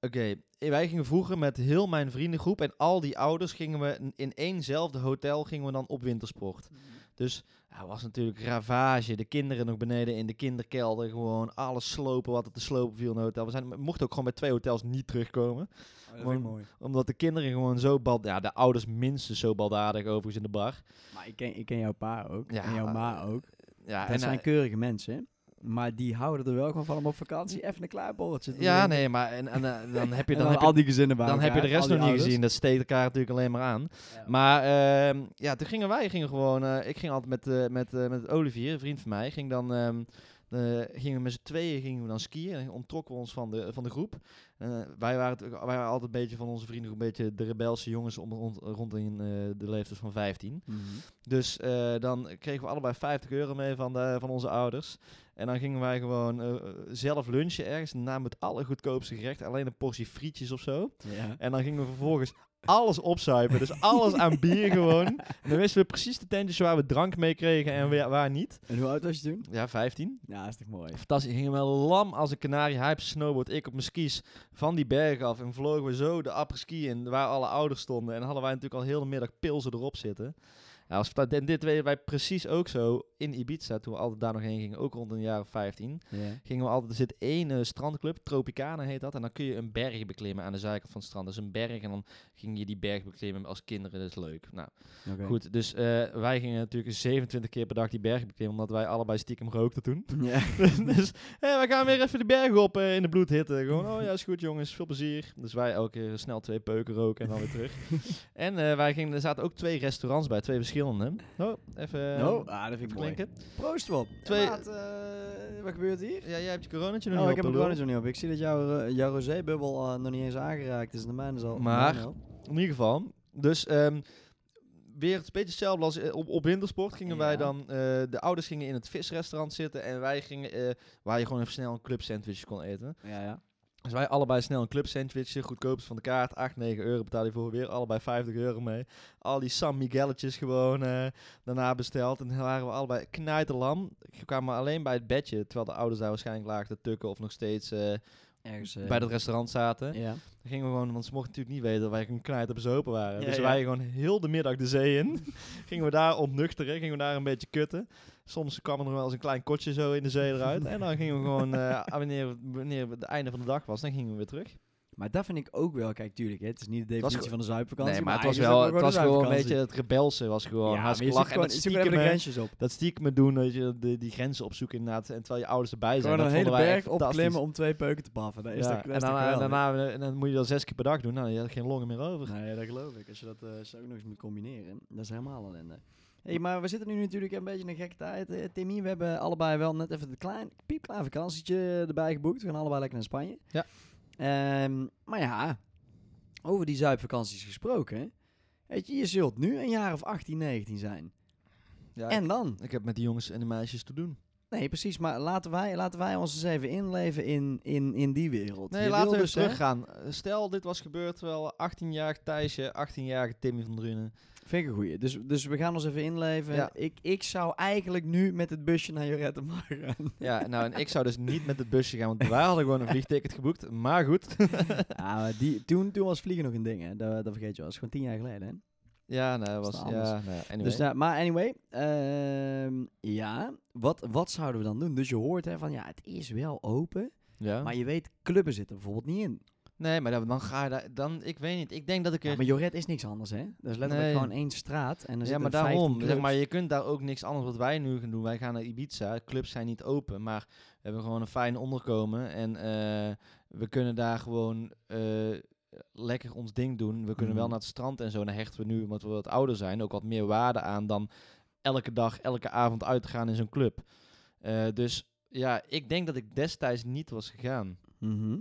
Oké, wij gingen vroeger met heel mijn vriendengroep en al die ouders gingen we in- in éénzelfde hotel gingen we dan op wintersport. Dus ja, was natuurlijk ravage. De kinderen nog beneden in de kinderkelder. Gewoon alles slopen wat er te slopen viel in het hotel. We, zijn, we mochten ook gewoon bij twee hotels niet terugkomen. dat vind Gewoon- ik mooi. Omdat de kinderen gewoon zo bald... Ja, de ouders minstens zo baldadig overigens in de bar. Maar ik ken, ik ken jouw pa ook. Ja, en jouw ma eh, ook. Ja, dat en, zijn eh, keurige mensen. Maar die houden er wel gewoon van om op vakantie even een klaarbolletje te ja, drinken. nee, maar en, en, eh, dan heb je, [laughs] En dan dan heb je, al die gezinnen bij dan heb je de elkaar, rest al nog die niet ouders. gezien. Dat steekt elkaar natuurlijk alleen maar aan. Maar ehm, ja, toen gingen wij gingen gewoon. eh, ik ging altijd met, eh, met, eh, met Olivier, een vriend van mij, ging dan. ehm, eh, gingen we met z'n tweeën gingen we dan skiën en ontrokken we ons van de, van de groep. Eh, wij, waren het- wij waren altijd een beetje van onze vrienden een beetje de rebelse jongens om, rond, rond in, eh, de leeftijd van 15. Mhm. Dus eh, dan kregen we allebei 50 euro mee van, de, van onze ouders. En dan gingen wij gewoon eh, zelf lunchen ergens. Namen het allergoedkoopste gerecht, alleen een portie frietjes of zo. Ja. En dan gingen we vervolgens alles opzuipen. Dus alles aan bier gewoon. En dan wisten we precies de tentjes waar we drank mee kregen en wa- waar niet. En hoe oud was je toen? Ja, 15. Ja, dat is toch mooi. Fantastisch. Gingen we lam als een kanarie. Hij op zijn snowboard, ik op mijn skis van die berg af. En vlogen we zo de apres-ski in waar alle ouders stonden. En hadden wij natuurlijk al heel de middag pilsen erop zitten. Ja, als, en dit deden wij precies ook zo in Ibiza, toen we altijd daar nog heen gingen, ook rond een jaar of 15 Ja. gingen we altijd, er zit één eh, strandclub, Tropicana heet dat, en dan kun je een berg beklimmen aan de zijkant van het strand. Dus een berg en dan ging je die berg beklimmen als kinderen, dat is leuk. Nou, Oké. goed, dus eh, wij gingen natuurlijk 27 keer per dag die berg beklimmen, omdat wij allebei stiekem rookten toen. [laughs] Ja. dus hé, we gaan weer even de berg op eh, in de bloedhitte. Gewoon, oh ja, is goed jongens, veel plezier. Dus wij elke keer snel twee peuken roken en dan weer terug. [laughs] en eh, wij gingen, er zaten ook twee restaurants bij, twee verschillende. Oh, even eh, oh, ah, dat vind ik mooi. klinken. Proost Rob. Twee- Maat, eh, wat gebeurt hier? Ja, jij hebt je coronatje nog Oh, niet ik heb op, hem lul. gewoon niet zo niet op. Ik zie dat jouw, eh, jouw rosébubbel eh, nog niet eens aangeraakt is. De mijne is al... Maar- mijne al. In ieder geval. Dus ehm, weer een beetje hetzelfde als eh, op, op wintersport gingen wij Ja. dan... eh, de ouders gingen in het visrestaurant zitten en wij gingen... eh, waar je gewoon even snel een club sandwich kon eten. Ja, ja. Dus wij allebei snel een club sandwichje, goedkoopst van de kaart, 8, 9 euro betaal je voor, weer allebei 50 euro mee. Al die San Miguelletjes gewoon eh, daarna besteld en dan waren we allebei knijterlam. Ik kwam maar alleen bij het bedje, terwijl de ouders daar waarschijnlijk lagen te tukken of nog steeds eh, Ergens... eh, bij het restaurant zaten. Ja. Dan gingen we gewoon, want ze mochten natuurlijk niet weten dat wij een knijt op bezopen waren. Ja, dus ja. wij gewoon heel de middag de zee in. [laughs] gingen we daar ontnuchteren, gingen we daar een beetje kutten. Soms kwam er nog wel eens een klein kotje zo in de zee eruit. en dan gingen we gewoon, eh, [laughs] wanneer, wanneer het einde van de dag was, dan gingen we weer terug. Maar dat vind ik ook wel... Kijk, tuurlijk, hè, het is niet de Het was definitie van een zuipvakantie. nee, maar het was eigenlijk is wel, het ook was gewoon een beetje zuipvakantie. het rebelse was gewoon Ja, maar je hartstikke zoekt lachen. En gewoon, dat je zoekt gewoon even de stiekem, eh, grensjes op. dat stiekem doen, dat je de, die grenzen opzoeken inderdaad. En terwijl je ouders erbij zijn, Gewoon een dat hele vonden wij echt berg fantastisch. opklimmen om twee peuken te baffen. Dat is Ja, toch, dat en is toch dan, en geweldig? daarna en dan moet je dat zes keer per dag doen. Nou, je had geen longen meer over. Nee, dat geloof ik. Als je dat eh, zo ook nog eens moet combineren, dat is helemaal ellende. hey, maar we zitten nu natuurlijk een beetje in een gekke tijd. eh, Timmy, we hebben allebei wel net even een klein, piepklein vakantietje erbij geboekt. We gaan allebei lekker naar Spanje. Ja. Ehm, maar ja, over die zuipvakanties gesproken. Weet je, je zult nu een jaar of 18, 19 zijn. Ja, En dan? Ik heb met die jongens en de meisjes te doen. Nee, precies. Maar laten wij, laten wij ons eens even inleven in, in, in die wereld. Nee, Je laten wil we dus, eens [laughs] hè, teruggaan. Eh, Stel, dit was gebeurd terwijl 18-jarig Thijsje, 18-jarige Timmy van Drunen Vind ik een goeie. Dus, dus we gaan ons even inleven. Ja. Ik, ik zou eigenlijk nu met het busje naar Jorette [laughs] Mar gaan. Ja, nou, en ik zou dus niet met het busje gaan, want wij hadden gewoon [laughs] een vliegticket geboekt. Maar goed. Ja, Ah, maar die, toen, toen was vliegen nog een ding, hè. Dat, dat vergeet je wel. Dat is gewoon tien jaar geleden, hè. Ja, nou, Dat is was... nou Ja, nou, anyway. Dus daar, maar anyway, ehm, ja, wat, wat zouden we dan doen? Dus je hoort hè, van ja, het is wel open, ja. maar je weet, clubben zitten bijvoorbeeld niet in. nee, maar dan, dan ga je daar... Dan, ik weet niet, ik denk dat ik er... Ja, maar Joret is niks anders, hè? Dat is letterlijk Nee. gewoon één straat en er ja, zitten maar daarom. 15 Zeg maar, clubs. je kunt daar ook niks anders wat wij nu gaan doen. Wij gaan naar Ibiza. Clubs zijn niet open, maar we hebben gewoon een fijn onderkomen. En eh, we kunnen daar gewoon eh, lekker ons ding doen. We kunnen wel Mhm. naar het strand en zo. En daar hechten we nu, omdat we wat ouder zijn, ook wat meer waarde aan dan elke dag, elke avond uitgaan in zo'n club. Eh, dus ja, ik denk dat ik destijds niet was gegaan. Mhm.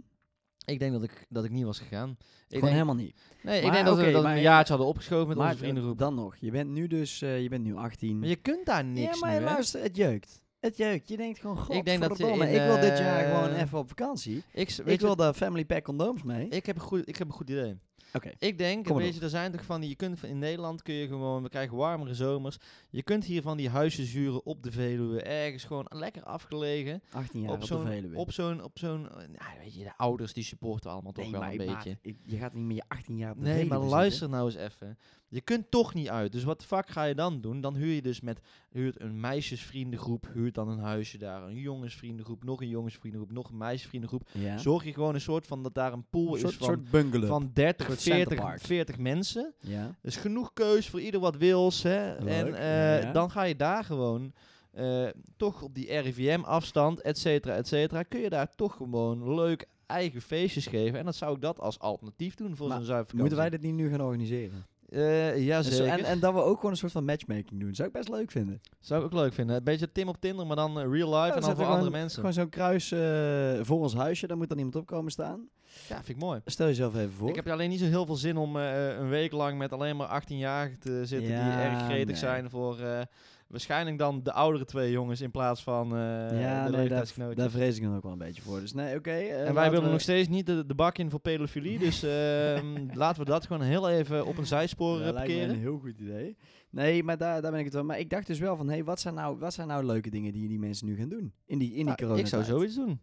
Ik denk dat ik, dat ik niet was gegaan. Ik Gewoon denk, helemaal niet. nee, ik maar denk dat we oké, dat we maar- een jaartje hadden opgeschoven met maar onze vriendengroep. dan nog, je bent nu dus, eh, je bent nu 18. Maar je kunt daar niks ja, maar nu, hè? luister, het jeukt. Het jeukt. Je denkt gewoon, Ik denk dat je godverdomme, in, ik wil dit jaar eh, gewoon even op vakantie. Ik, s- weet Ik je wil de family pack condooms mee. Ik heb een goed, ik heb een goed idee. Oké. Ik denk, Kom maar weet je, er zijn toch van die, je kunt van- in Nederland kun je gewoon, we krijgen warmere zomers. Je kunt hier van die huisjes huren op de Veluwe, ergens gewoon lekker afgelegen. 18 jaar op, op de zo'n, Veluwe. op zo'n, op zo'n, eh, nou, weet je, de ouders die supporten allemaal toch wel maar een maat, beetje. ik- je gaat niet meer je 18 jaar op de Nee, Veluwe dus maar zitten. luister nou eens even. Je kunt toch niet uit. Dus wat de fuck ga je dan doen? Dan huur je dus met huurt een meisjesvriendengroep, huurt dan een huisje daar, een jongensvriendengroep, nog een jongensvriendengroep, nog een meisjesvriendengroep. Ja. Zorg je gewoon een soort van dat daar een pool Een is soort, van soort bungalow. van 30, soort 40, centerpark. 40 mensen. ja. Dus genoeg keus voor ieder wat wils. Hè? Leuk, en ja, eh, ja. dan ga je daar gewoon eh, toch op die RIVM-afstand, et cetera, et cetera. Kun je daar toch gewoon leuk eigen feestjes geven. En dat zou ik dat als alternatief doen voor Maar zo'n zuivervakantie. Moeten wij dit niet nu gaan organiseren? Eh, ja, En zo- zeker. En, en dat we ook gewoon een soort van matchmaking doen. Zou ik best leuk vinden. Zou ik ook leuk vinden. Een beetje Tim op Tinder, maar dan eh, real life en zetten dan we voor andere mensen. Gewoon zo'n kruis eh, voor ons huisje. Daar moet dan iemand op komen staan. Ja, vind ik mooi. Stel jezelf even voor. Ik heb er alleen niet zo heel veel zin om eh, eh, een week lang met alleen maar 18-jarigen te zitten Ja, die erg gretig nee. zijn voor eh, waarschijnlijk dan de oudere twee jongens in plaats van eh ja, de nee, daar, leeftijdsgenootjes. daar vrees ik dan ook wel een beetje voor. Dus nee, oké. eh, en wij laten willen we- nog steeds niet de, de bak in voor pedofilie, [laughs] dus ehm, laten we dat gewoon heel even op een zijspoor Dat eh, lijkt me parkeren. een heel goed idee. Nee, maar daar, daar ben ik het wel. Maar ik dacht dus wel van, hé, hey, wat, zijn nou, wat zijn nou leuke dingen die die mensen nu gaan doen? In die, in die Nou, corona ik zou zoiets doen.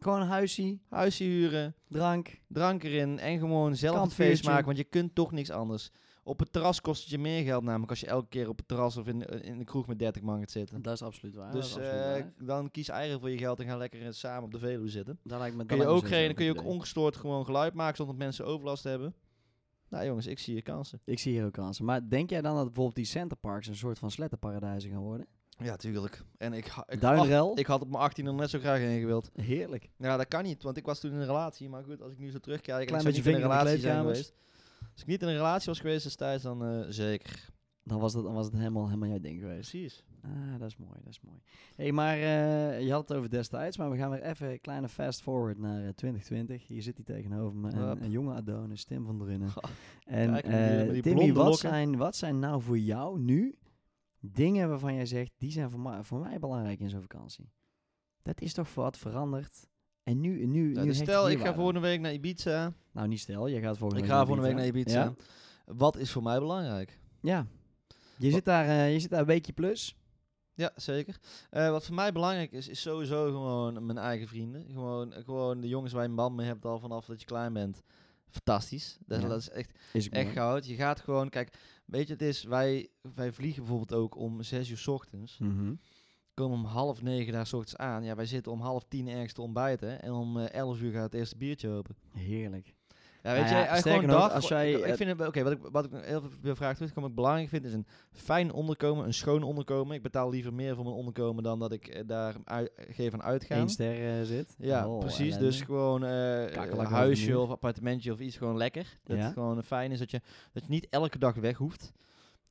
Gewoon een huisje, Huisje huren, drank. drank erin en gewoon zelf het feest Kampvuurtje. maken, want je kunt toch niks anders. Op het terras kost het je meer geld namelijk als je elke keer op het terras of in, in de kroeg met 30 man gaat zitten. Ah, Dat is absoluut waar. Dus eh, dan kies eieren voor je geld en ga lekker eh, samen op de Veluwe zitten. Daar lijkt me, Kun je ook, geen, kun je ook ongestoord gewoon geluid maken zonder dat mensen overlast hebben. Nou jongens, ik zie je kansen. Ik zie hier ook kansen. Maar denk jij dan dat bijvoorbeeld die centerparks een soort van slettenparadijzen gaan worden? Ja, tuurlijk. En ik, ha- ik, ach, Duinrel? ik had op mijn 18 er net zo graag heen gewild. Heerlijk. Ja, dat kan niet, want ik was toen in een relatie. Maar goed, als ik nu zo terugkijk, Klein en ik zou beetje niet in een vinger in relatie de zijn kleedkamers. geweest. Als ik niet in een relatie was geweest destijds, dan eh, zeker. Dan was, dat, dan was het helemaal, helemaal jouw ding geweest. Precies. Ah, dat is mooi, dat is mooi. hey, maar eh, je had het over destijds, maar we gaan weer even een kleine fast forward naar eh, 2020. Hier zit hij tegenover me, Hup. een, een jonge Adonis, Tim van Drunnen. Goh, En kijk hem hier eh, met die Timmy, blonde wat lokken. zijn, wat zijn nou voor jou nu dingen waarvan jij zegt, die zijn voor, mij- voor mij belangrijk in zo'n vakantie? Dat is toch wat veranderd? En nu, nu, Nou, nu dus hecht stel, het ik ga hier waarde aan. volgende week naar Ibiza. Nou, niet stel, jij gaat volgende Ik week ga naar volgende week naar Ibiza. Ja, Wat is voor mij belangrijk? ja. Je, Wa- zit daar, eh, je zit daar een weekje plus. Ja, zeker. Eh, wat voor mij belangrijk is, is sowieso gewoon mijn eigen vrienden. Gewoon, gewoon de jongens waar je een band mee hebt al vanaf dat je klein bent. Fantastisch. Dat, Ja. dat is echt, Is het echt mooi. goud. Je gaat gewoon, kijk, weet je, het is, wij, wij vliegen bijvoorbeeld ook om 6 uur 's ochtends. Mhm. Komen om half negen daar 's ochtends aan. Ja, wij zitten om half tien ergens te ontbijten. En om eh, 11 uur gaat het eerste biertje open. Heerlijk. Ja, Nou weet ja, je, eh, sterker gewoon nog, dat. als Als jij, jij, ik, eh, vind het, wel- oké, wat ik, wat ik heel veel vraag terugkom, wat ik belangrijk vind, is een fijn onderkomen, een schoon onderkomen. Ik betaal liever meer voor mijn onderkomen dan dat ik eh, daar ui- geef aan uitgaan. Eén ster eh, zit. Ja, Oh, precies. ellende. Dus gewoon eh, een Kakelakken over de huisje muur. of appartementje of iets gewoon lekker. Dat Ja. het gewoon fijn is dat je, dat je niet elke dag weg hoeft.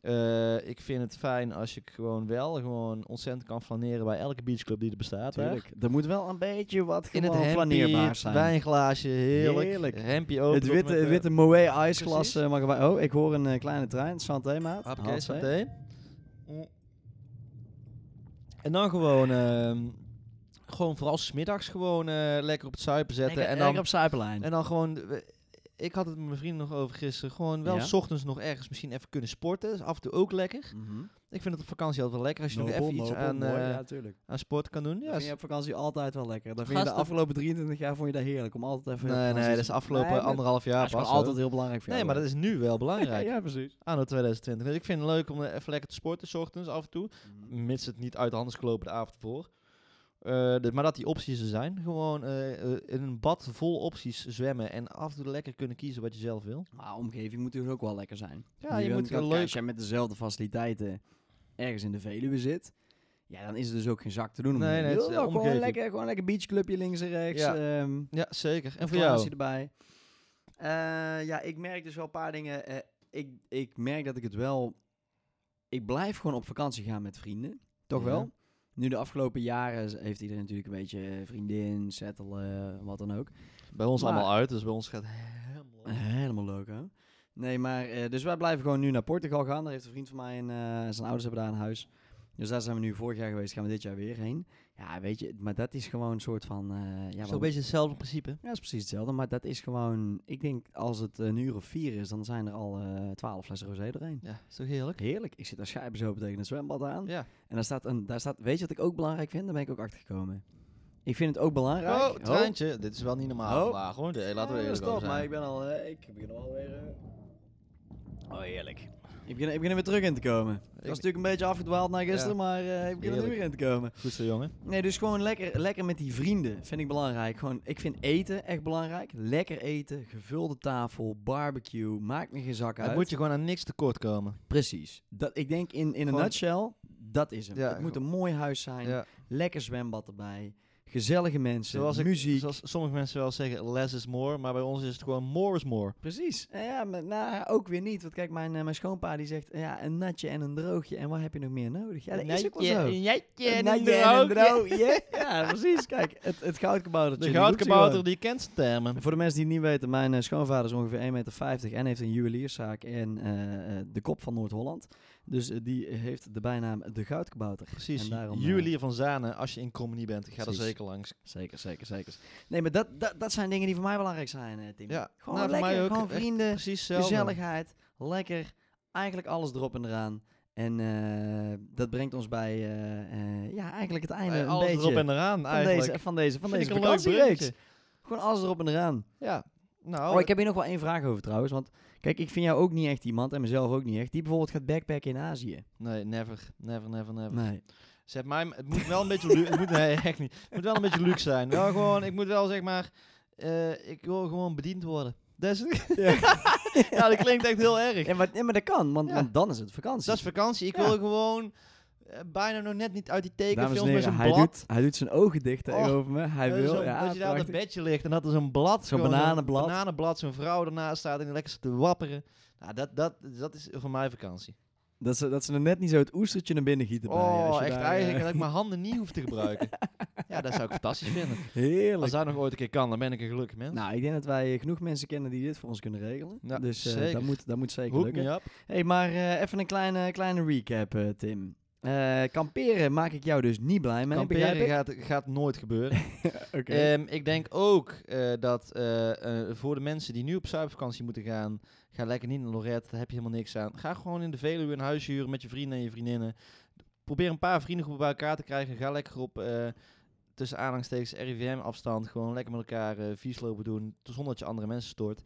Eh, ik vind het fijn als je gewoon wel gewoon ontzettend kan flaneren bij elke beachclub die er bestaat. daar. Tuurlijk. Er moet wel een beetje wat In gewoon het hempie, flaneerbaar het zijn. wijnglaasje, heerlijk. Heerlijk. Hempie open. het tot witte, met, het eh, witte Moët ijsglas. precies. eh, mag erbij. Oh, ik hoor een eh, kleine trein. Santé, maat. Hoppakee, Hatsé. saté. Mm. En dan gewoon, ehm, gewoon vooral smiddags gewoon eh, lekker op het zuipen zetten. Lekker- en, lekker dan, op Suiperlijn. en dan gewoon, eh, ik had het met mijn vrienden nog over gisteren. Gewoon wel Ja? s ochtends nog ergens misschien even kunnen sporten. is af en toe ook lekker. Mhm. Ik vind het op vakantie altijd wel lekker als je nog Nobel, even iets nobel, aan, mooi, eh, ja, tuurlijk. aan sport kan doen. Dat Ja, vind je op vakantie altijd wel lekker. Dat vind je de Gasten- afgelopen 23 jaar vond je dat heerlijk om altijd even. op nee, nee, vakantie dat te- is afgelopen Nee, maar- anderhalf dat jaar is pas. gewoon altijd hoor. heel belangrijk voor jou. nee, maar dat is nu [laughs] wel belangrijk. ja, precies. Anno 2020. Dus ik vind het leuk om eh, even lekker te sporten, s ochtends af en toe. Mits het niet uit de hand is gelopen de avond voor. Eh, dus- maar dat die opties er zijn. Gewoon eh, eh, in een bad vol opties zwemmen. En af en toe lekker kunnen kiezen wat je zelf wil. Maar omgeving moet natuurlijk ook wel lekker zijn. Ja, je wil moet natuurlijk wel ook- leuk Als jij met dezelfde faciliteiten ergens in de Veluwe zit, ja, dan is het dus ook geen zak te doen. Nee, nee, het is, eh, gewoon omgeving. lekker, gewoon lekker beachclubje links en rechts. Ja. Ja. Ja, zeker. En voor jou? glaasje erbij. Eh, ja, ik merk dus wel een paar dingen. eh, ik, ik merk dat ik het wel... Ik blijf gewoon op vakantie gaan met vrienden. Toch Ja. wel? Nu de afgelopen jaren z- heeft iedereen natuurlijk een beetje eh, vriendin, settelen, wat dan ook. Bij ons Maar- allemaal uit, dus bij ons gaat helemaal... Helemaal leuk, hè? Nee, maar eh, dus wij blijven gewoon nu naar Portugal gaan. Daar heeft een vriend van mij en eh, zijn ouders hebben daar een huis. Dus daar zijn we nu vorig jaar geweest, gaan we dit jaar weer heen. Ja, weet je, maar dat is gewoon een soort van... eh ja, Zo'n waarom- beetje hetzelfde principe. ja, dat is precies hetzelfde. Maar dat is gewoon... Ik denk, als het een uur of vier is, dan zijn er al eh, twaalf flessen rosé doorheen. Ja, is toch heerlijk? Heerlijk. Ik zit daar schijpenzopen tegen het zwembad aan. Ja. En daar staat een... Daar staat, weet je wat ik ook belangrijk vind? Daar ben ik ook achter gekomen. Ik vind het ook belangrijk... Oh, treintje. Dit is wel niet normaal Oh. vandaag, hoor. Nee, laten we Ja, eerlijk dat is over top, maar ik zijn. ben al... eh, ik begin alweer... eh, Oh, heerlijk. Ik begin, ik begin er weer terug in te komen. Ik was natuurlijk een beetje afgedwaald na gisteren, maar eh, ik begin er nu weer in te komen. Goed zo, jongen. Nee, dus gewoon lekker, lekker met die vrienden vind ik belangrijk. Gewoon, ik vind eten echt belangrijk. Lekker eten, gevulde tafel, barbecue, maakt me geen zak Het uit. moet je gewoon aan niks tekort komen. Precies. Dat, ik denk in, in een Gewoon- nutshell, dat is hem. Ja, het moet een mooi huis zijn, Ja. lekker zwembad erbij, gezellige mensen, Zoals, ik, muziek. zoals sommige mensen wel zeggen, less is more. Maar bij ons is het gewoon more is more. Precies. Eh, Ja, maar, nou, ook weer niet. Want kijk, mijn, eh, mijn schoonpa die zegt, eh, ja, een natje en een droogje. En wat heb je nog meer nodig? Ja, dat is ook wel zo. netje Een natje [laughs] droogje. ja, precies. Kijk, het, het goudkaboutertje. De die roept ze goudkabouter, gewoon. die kent zijn termen. Voor de mensen die het niet weten, mijn eh, schoonvader is ongeveer 1,50 meter en heeft een juwelierszaak en eh, eh, de kop van Noord-Holland. Dus eh, die heeft de bijnaam de goudkabouter. Precies. En daarom, eh, Juwelier van Zanen, als je in comedy bent, ga er Precies. zeker langs. Zeker, zeker, zeker. Nee, maar dat, dat, dat zijn dingen die voor mij belangrijk zijn, eh, Tim. Ja, Gewoon nou, voor lekker, mij ook gewoon echt vrienden, Precies hetzelfde. Gezelligheid, lekker, eigenlijk alles erop en eraan. En eh, dat brengt ons bij eh, eh, ja, eigenlijk het einde Eh, een alles beetje erop en eraan, van, eigenlijk. deze, van deze, van Vind deze ik een leuk vakantiereeks. bruggetje. Gewoon alles erop en eraan. Ja. Nou, Oh, ik heb hier nog wel één vraag over trouwens. Want kijk, ik vind jou ook niet echt iemand, en mezelf ook niet echt, die bijvoorbeeld gaat backpacken in Azië. Nee, never. Never, never, never. Nee. Zet mij, het moet wel een beetje luxe... moet, nee, [laughs] echt niet. Het moet wel een beetje luxe zijn. Wel gewoon, ik moet wel zeg maar... eh, ik wil gewoon bediend worden. Dat is, Ja. [laughs] ja, dat klinkt echt heel erg. En wat, nee, maar dat kan, want, Ja. want dan is het vakantie. Dus Dat is vakantie. Ik Ja. wil gewoon eh, bijna nog net niet uit die Dames en tekenfilms met heren, zo'n hij blad. doet, hij doet zijn ogen dicht Oh, tegenover me. Hij Eh, wil, zo'n- ja, als je daar op dat prachtig. bedje ligt en dat is een blad. Zo'n gewoon een bananenblad. bananenblad, zo'n vrouw ernaast staat en die lekker zit te wapperen. Nou, dat, dat, dat is voor mij vakantie. dat, ze, dat ze er net niet zo het oestertje naar binnen gieten bij je, oh, als je echt daar, eh, eigenlijk dat ik [laughs] mijn handen niet hoef te gebruiken. ja, dat zou ik fantastisch vinden. Als Heerlijk. dat nog ooit een keer kan, dan ben ik een gelukkig mens. Nou, ik denk dat wij eh, genoeg mensen kennen die dit voor ons kunnen regelen. Ja, dus eh, zeker. Dat, moet, dat moet zeker Hoek lukken. me up. hey, maar eh, even een kleine, kleine recap, eh, Tim. Eh, kamperen maak ik jou dus niet blij mee, Kamperen begrijp ik? gaat, gaat nooit gebeuren. [laughs] Oké. Ehm, ik denk ook eh, dat eh, eh, voor de mensen die nu op zuipvakantie moeten gaan, ga lekker niet naar Lorette, daar heb je helemaal niks aan. Ga gewoon in de Veluwe een huis huren met je vrienden en je vriendinnen. Probeer een paar vriendengroepen bij elkaar te krijgen. Ga lekker op eh, tussen aanhalingstekens RIVM-afstand gewoon lekker met elkaar eh, vies lopen doen, t- zonder dat je andere mensen stoort.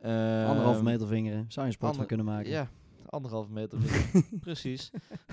Ehm, Anderhalve meter vingeren. Zou je een sport van ander- kunnen maken. Ja, anderhalve [laughs] meter. vind ik. Precies. [laughs]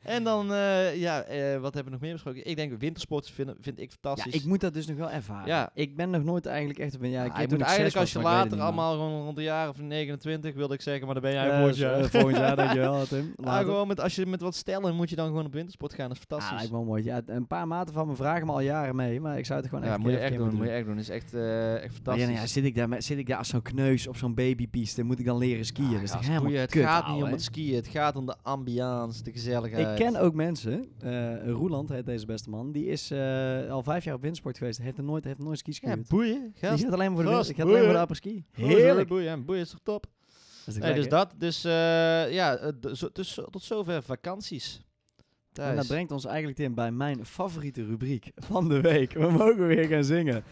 en dan, eh, ja, eh, wat hebben we nog meer besproken? Ik denk wintersport vind, vind ik Ja, fantastisch. ik moet dat dus nog wel ervaren. Ja. Ik ben nog nooit eigenlijk echt... op een- Ja, ik Ja, heb je toen moet ik zes eigenlijk was, als je maar ik weet het later niet meer. allemaal gewoon rond de jaren of 29 wilde ik zeggen, maar dan ben jij Eh, volgend [laughs] zo, eh, jaar. volgend jaar, dankjewel Tim. [laughs] Ja, Later. gewoon met, als je met wat stellen moet je dan gewoon op wintersport gaan. Dat is Ah, fantastisch. lijkt me wel mooi. Ja, een paar maten van me vragen me al jaren mee, maar ik zou het gewoon ja, echt een moet je keer echt even doen, moet je echt doen. Is echt, eh, echt Maar ja, fantastisch. nou ja, zit, ik daar met, zit ik daar als zo'n kneus op zo'n babypiste, moet ik dan leren skiën? Ah, dat is toch gast, helemaal boeien, het kut, gaat ouwe. niet om het skiën, het gaat om de ambiance, de Ik gezelligheid. ken ook mensen, eh, Roeland heet deze beste man, die is eh, al vijf jaar op windsport geweest, heeft er nooit, heeft nooit skis ja, gehuurd. boeien, die gast. gaat alleen maar voor de, gast, wind- gaat alleen maar voor de boeien. apperski. Heerlijk. Boeien, ja, boeien is toch top? Dat is toch Nee, dus lekker? dat, dus eh, ja, eh, d- zo- dus zo- tot zover vakanties. en Nou, dat Thijs. brengt ons eigenlijk in bij mijn favoriete rubriek van de week. We mogen weer gaan zingen.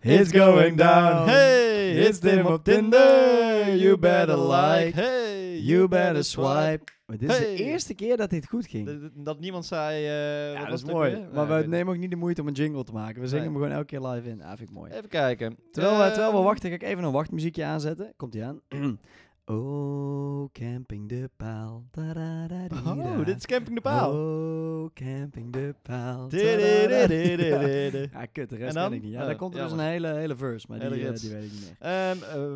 It's going down. Hey! hits them op Tinder. You better like. Hey, You better swipe. Maar dit is Hey. de eerste keer dat dit goed ging. Dat, dat- dat niemand zei. eh, wat ja, dat is was het ook mooi. weer? maar Nee, we ik weet nemen ook niet de moeite om een jingle te maken. We zingen Nee. hem gewoon elke keer live in. Ah, vind ik mooi. het. Even kijken. Terwijl, we- terwijl we Ehm, wachten, ga ik even een wachtmuziekje aanzetten. Komt ie aan. [clears throat] oh, camping de paal. Tadadadira. Oh, dit is Camping de Paal. Oh, camping de paal. Tadadadira. Didididididi. [laughs] Ja, kut, de En rest dan? ken ik niet. Ja, Oh, daar komt er dus een jammer. hele, hele verse, maar die, Hele eh, rits. die weet ik niet meer. [laughs] Ehm, eh,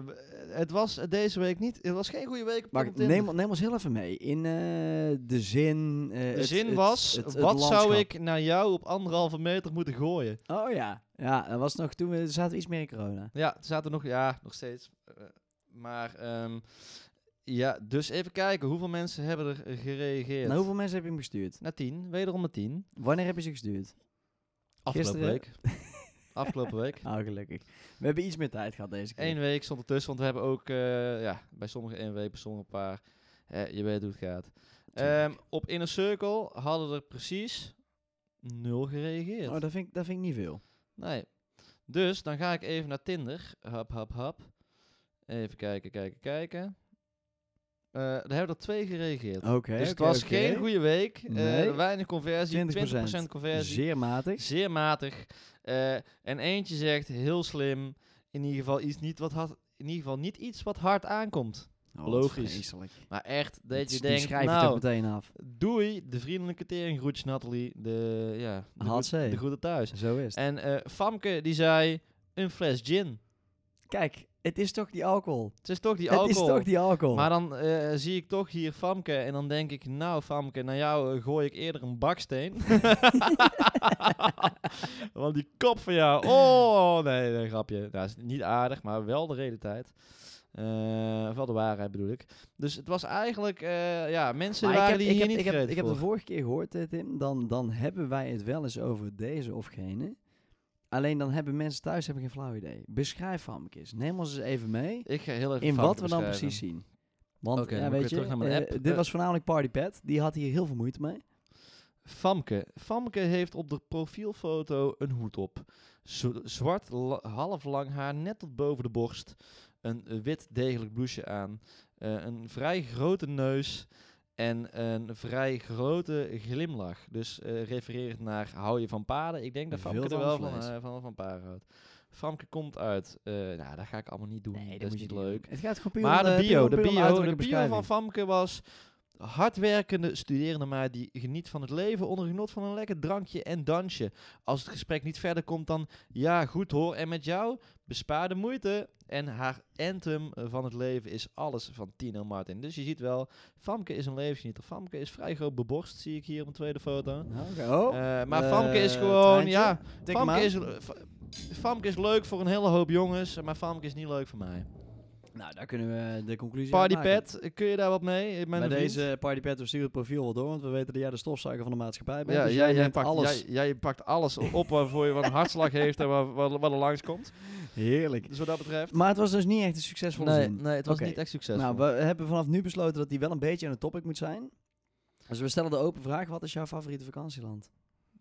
Het was deze week niet. Het was geen goede week. op Maar op Tinder. neem, neem ons heel even mee in eh, de zin. eh, De het- zin het- was: het- het wat zou landschap. ik naar jou op anderhalve meter moeten gooien? Oh ja, ja, dat was nog toen we zaten we iets meer in corona. Ja, er zaten nog, ja, nog steeds. Eh, maar ehm, ja, dus even kijken hoeveel mensen hebben er eh, gereageerd. Nou, hoeveel mensen heb je hem gestuurd? Naar tien, wederom naar tien. Wanneer heb je ze gestuurd? Afgelopen Gisteren- week. [laughs] Afgelopen [laughs] week. Oh, gelukkig. We hebben iets meer tijd gehad deze keer. Eén week stond ertussen, want we hebben ook eh, ja, bij sommigen één week, bij sommigen een paar. Eh, je weet hoe het gaat. Ehm, op Inner Circle hadden er precies nul gereageerd. Oh, dat vind, ik, dat vind ik niet veel. Nee. Dus dan ga ik even naar Tinder. Hap, hap, hap. Even kijken, kijken, kijken. Eh er hebben er twee gereageerd. Oké. dus het oké, was oké. geen goede week. Eh, Nee. weinig conversie. 20%. 20%, conversie. Zeer, Zeer matig. matig. Eh, en eentje zegt heel slim. In ieder geval iets niet wat hard, in ieder geval niet iets wat hard aankomt. Oh, wat Logisch. Vreselijk. Maar echt dat je Die denkt, schrijf je toch nou, meteen af. doei, de vriendelijke tering, groetjes Nathalie, de, ja, de, Had groet- ze. de groeten thuis. Zo is het. En eh, Famke die zei een fles gin. Kijk, het is toch die alcohol. Het is toch die Het alcohol. is toch die alcohol. Maar dan eh, zie ik toch hier Famke en dan denk ik, nou Famke, naar jou eh, gooi ik eerder een baksteen. [laughs] Want die kop van jou, oh nee, nee grapje. Nou, is niet aardig, maar wel de realiteit. Eh, of wel de waarheid bedoel ik. Dus het was eigenlijk, eh, ja, mensen Maar waren ik die heb, ik hier heb, niet ik heb, gereed ik heb voor. de vorige keer gehoord, eh, Tim, dan, dan hebben wij het wel eens over deze of gene. Alleen dan hebben mensen thuis hebben geen flauw idee. Beschrijf Famke eens. Neem ons eens even mee Ik ga heel even in Famke wat we dan beschrijven. precies zien. Want Oké, ja, dan moet ik weet je, weer terug naar mijn eh, app. dit Eh. was voornamelijk Party Pet. Die had hier heel veel moeite mee. Famke. Famke heeft op de profielfoto een hoed op. Zo- zwart, la- half lang haar net tot boven de borst. Een eh, wit degelijk blouseje aan. eh, een vrij grote neus. En een vrij grote glimlach. Dus eh refererend naar hou je van paarden. Ik denk dat Veel Famke er van wel van, vlees. eh, van, van paarden houdt. Famke komt uit. eh, nou, dat ga ik allemaal niet doen. dat is niet je doen. leuk. Het gaat gewoon puur Maar om de bio, de puur om bio, eh, de bio uiterlijke beschrijving. van Famke was hardwerkende studerende maar die geniet van het leven onder genot van een lekker drankje en dansje. Als het gesprek niet verder komt dan ja, goed hoor en met jou bespaar de moeite. En haar anthem eh, van het leven is alles van Tino Martin. Dus je ziet wel, Famke is een levensgenieter. Famke is vrij groot beborst, zie ik hier op een tweede foto. Nou, oké. Oh, Eh, maar eh, Famke is het gewoon, treintje. ja, tik hem Famke aan. is, eh, Fa- Famke is leuk voor een hele hoop jongens, maar Famke is niet leuk voor mij. Nou, daar kunnen we de conclusie aan maken. Partypad, eh, kun je daar wat mee? Ik ben Bij een vriend. deze Partypad, we sturen het profiel wel door, want we weten dat jij de stofzuiger van de maatschappij bent. Ja, dus jij, jij, neemt pakt, alles. alles. Jij, jij pakt alles op waarvoor je wat een hartslag heeft en waar, waar, waar er langskomt. Heerlijk. Dus wat dat betreft. Maar het was dus niet echt een succesvolle Nee, zin. nee, het was Oké. niet echt succesvol. Nou, we hebben vanaf nu besloten dat die wel een beetje aan het topic moet zijn. Dus we stellen de open vraag, wat is jouw favoriete vakantieland?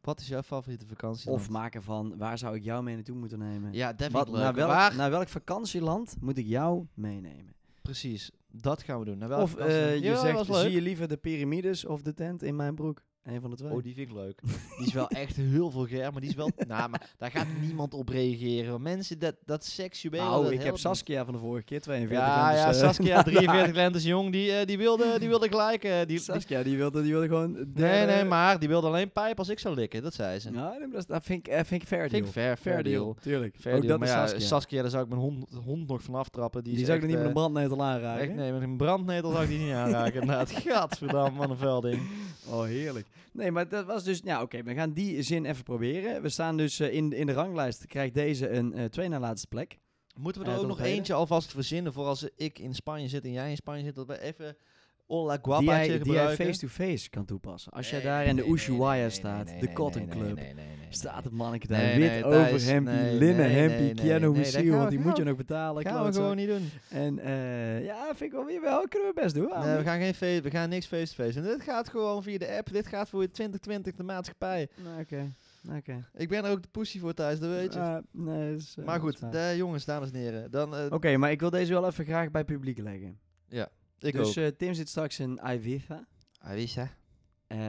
wat is jouw favoriete vakantie? Of maken van, waar zou ik jou mee naartoe moeten nemen? ja, dat vind Wat- ik leuk. naar, welk, Waar? naar welk vakantieland moet ik jou meenemen? Precies, dat gaan we doen. Naar welke Of vakantie? eh, je Ja, dat was zegt, leuk. zie je liever de piramides of de tent in mijn broek? Een van de twee. Oh, die vind ik leuk. Die is [laughs] wel echt heel vulgair, maar die is wel... nou, maar daar gaat niemand op reageren. Mensen, dat, dat seksuele... nou, dat ik heb helpt niet. Saskia van de vorige keer, 42 Ja, lentes, ja, eh, [laughs] [laughs] Saskia, 43 lentes jong, die, eh, die, wilde, die wilde gelijk... eh, die, die- Saskia, die wilde, die wilde gewoon... nee, derde- nee, maar die wilde alleen pijp als ik zou likken, dat zei ze. Nou, nee, maar dat, is- dat vind ik, eh, vind ik fair deal. Vind ik fair, fair, deal. Tuurlijk. Fair Ook deal. dat maar is ja, Saskia. daar zou ik mijn hond, hond nog van aftrappen. Die, die is zou ik er echt, niet met een eh, brandnetel aanraken. echt- Nee, met een brandnetel zou ik die niet [laughs] aanraken. Inderdaad, gadverdamme, wat een velding. Oh, heerlijk. Nee, maar dat was dus... Ja, oké, we gaan die zin even proberen. We staan dus eh, in, in de ranglijst. Krijgt deze een eh twee na laatste plek. Moeten we Ja, er ook tot nog heden. eentje alvast verzinnen voor als ik in Spanje zit en jij in Spanje zit, dat we even Ola die Guapa hij- die hij gebruiken? face-to-face kan toepassen. Als jij Nee, daar nee, in de nee, nee, Ushuaia nee, nee, staat, nee, nee, de nee, Cotton nee, Club, nee, nee, nee, nee, staat nee. het manneke daar Nee, wit nee, Thijs, overhemdje, nee, linnen nee, hempje, nee, nee, piano nee, muziek, dat gaan want we die moet je gewoon- nog betalen, Gaan we klootzak. gewoon niet doen. En eh, ja, vind ik wel weer wel, kunnen we best doen. Ah, waarom Nee, we niet? gaan geen feest, we gaan niks face-to-face. En dit gaat gewoon via de app, dit gaat voor je 2020 de maatschappij. Nou, oké. Oké. Ik ben er ook de pussy voor thuis, dat weet je. Eh, nee, dat is, eh, maar goed, dat is waar. daar jongens, dames en heren. Dan, eh, Oké, maar ik wil deze wel even graag bij publiek leggen. ik dus ook. eh, Tim zit straks in Ibiza. Ah, wie is hij? Eh,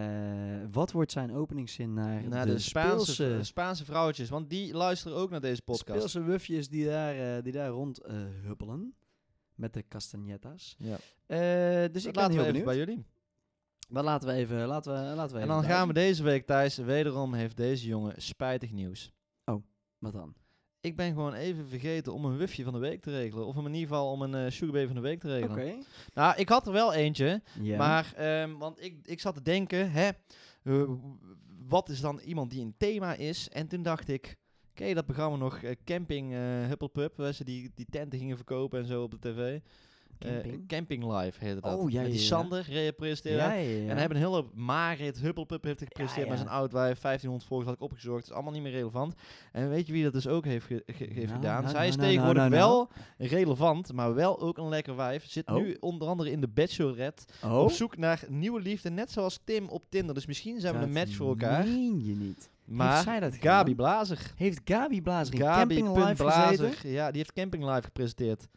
wat wordt zijn openingszin naar, Naar de, de, Spaanse, speelse, Spaanse vrouwtjes, want die luisteren ook naar deze podcast. speelse wufjes die daar, eh, die daar rond eh, huppelen? Met de castagnettas. Ja. Eh, dus Dat laten ik ben we heel even benieuwd. bij jullie. Maar laten we even... Laten we, laten we even En dan gaan we duiken. deze week, Thijs. Wederom heeft deze jongen spijtig nieuws. Wat dan? Ik ben gewoon even vergeten om een wufje van de week te regelen. Of in ieder geval om een eh sugarbee van de week te Oké. regelen. Nou, ik had er wel eentje. Ja. Maar, ehm, want ik, ik zat te denken, hè, eh, wat is dan iemand die een thema is? En toen dacht ik, ken je dat programma nog, eh, Camping eh Huppelpup, waar ze die, die tenten gingen verkopen en zo op de tv? Eh, Camping? camping Live heette dat. Oh, ja, Met die ja, ja. Sander gepresenteerd. ja, ja, ja. En hebben een hele Marit Huppelpup heeft hij gepresenteerd Ja, met ja. zijn oud wijf, 1500 volgers had ik opgezocht, is allemaal niet meer relevant. En weet je wie dat dus ook heeft, ge- ge- heeft Nou, gedaan? nou, Zij is nou, nou, tegenwoordig nou, nou. wel relevant, maar wel ook een lekker wijf. Zit Oh. nu onder andere in de Bachelorette. oh, Op zoek naar nieuwe liefde, net zoals Tim op Tinder. Dus misschien zijn we dat een match voor elkaar. meen je niet. Maar zij dat Gabi gedaan? Blazer. Heeft Gabi Blazer in Gabi Camping Live gezeten? Blazer. Ja, die heeft Camping Live gepresenteerd.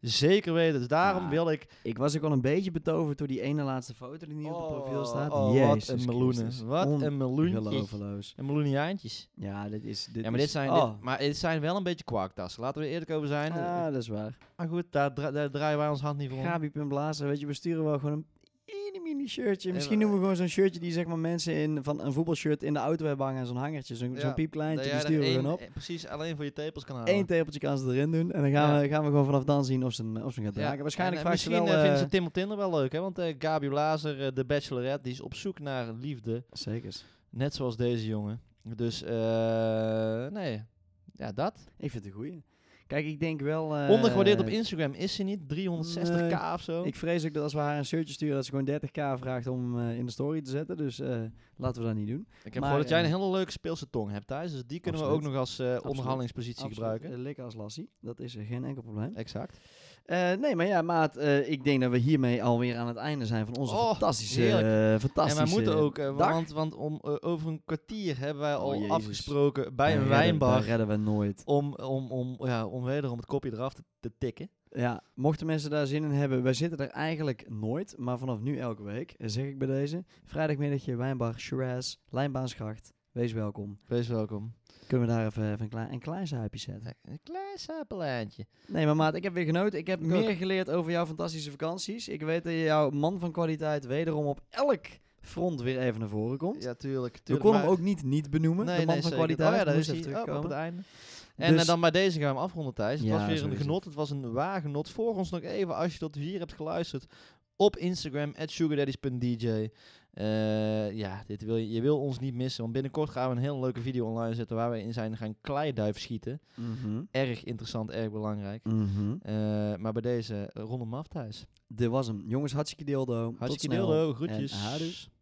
Zeker weten. Dus daarom Ja. wil ik... Ik was ook al een beetje betoverd door die ene laatste foto die nu op het profiel staat. Oh, wat Jezus een meloenen. Christus. Wat een meloentje. Ongelooflijk. Een meloeniaantjes. Ja, dit is... Dit Ja, maar dit is- zijn, oh. dit, maar dit zijn wel een beetje kwaaktassen. Laten we er eerlijk over zijn. Ah, dat is waar. Maar goed, daar, dra- daar draaien wij ons hand niet voor om. Gabi Pim Blazer, weet je, we sturen wel gewoon een mini mini shirtje. Ja, Misschien maar- noemen we gewoon zo'n shirtje die zeg maar mensen in, van een voetbalshirt in de auto hebben hangen. en Zo'n hangertje, zo'n Ja, zo'n Dat jij piepkleintje, die er sturen we één- gewoon op. eh, Precies, alleen voor je tepels kan halen. dus Eén tepeltje kan ze erin doen. En dan gaan, Ja. we, gaan we gewoon vanaf dan zien of ze, hem- of ze hem gaat Ja, dragen. Waarschijnlijk en, eh, vaak misschien wel... eh, vinden eh, ze Tim op Tinder wel leuk, hè? Want eh, Gabi Blazer, eh, de bachelorette, die is op zoek naar liefde. Zekers. Net zoals deze jongen. Dus, eh, nee. Ja, dat. Ik vind het een goeie. Kijk, ik denk wel... eh, Ondergewaardeerd op Instagram is ze niet. 360k nee, of zo. Ik vrees ook dat als we haar een shirtje sturen, dat ze gewoon 30k vraagt om eh, in de story te zetten. Dus eh, laten we dat niet doen. Ik heb maar, gehoord dat jij een eh, hele leuke speelse tong hebt thuis. Dus die kunnen we Absoluut. ook nog als eh, onderhandelingspositie Absoluut, gebruiken. eh, likken als lassie. Dat is eh, geen enkel probleem. Exact. Eh, nee, maar ja, maat, eh, ik denk dat we hiermee alweer aan het einde zijn van onze Oh, fantastische, heerlijk. eh, fantastische... En wij moeten ook, eh, dag. want, want om, eh, over een kwartier hebben wij Oh, al Jezus. afgesproken bij een Daar wijnbar Redden, daar redden we nooit. om, om, om, ja, om wederom het kopje eraf te, te tikken. Ja, mochten mensen daar zin in hebben, wij zitten er eigenlijk nooit, maar vanaf nu elke week, eh, zeg ik bij deze. Vrijdagmiddagje, wijnbar, Shiraz, Lijnbaansgracht. Wees welkom. Wees welkom. Kunnen we daar even, even een, klein, een klein zuipje zetten? Een klein sapelaantje. Nee, maar maat, ik heb weer genoten. Ik heb Ik ook. meer geleerd over jouw fantastische vakanties. Ik weet dat jouw man van kwaliteit wederom op elk front weer even naar voren komt. Ja, tuurlijk. tuurlijk We konden hem maar- ook niet niet benoemen, de man van zeker. kwaliteit. Oh ja, daar moest is even hij. Oh, op het terugkomen. einde. En Dus- eh, dan bij deze gaan we hem afronden, Thijs. Het Ja, was weer zo is een het. genot. Het was een waar genot. Voor ons nog even, als je tot hier hebt geluisterd, op Instagram, at sugardaddies.dj. Eh, ja, dit wil je, je wil ons niet missen, want binnenkort gaan we een hele leuke video online zetten waar we in zijn gaan kleiduif schieten. Mhm. Erg interessant, erg belangrijk. Mhm. Eh, maar bij deze, eh, rond hem af, Thijs. Dit was hem. Jongens, hartstikke dildo. Tot Hartstikke snel. dildo, groetjes. En houdoe.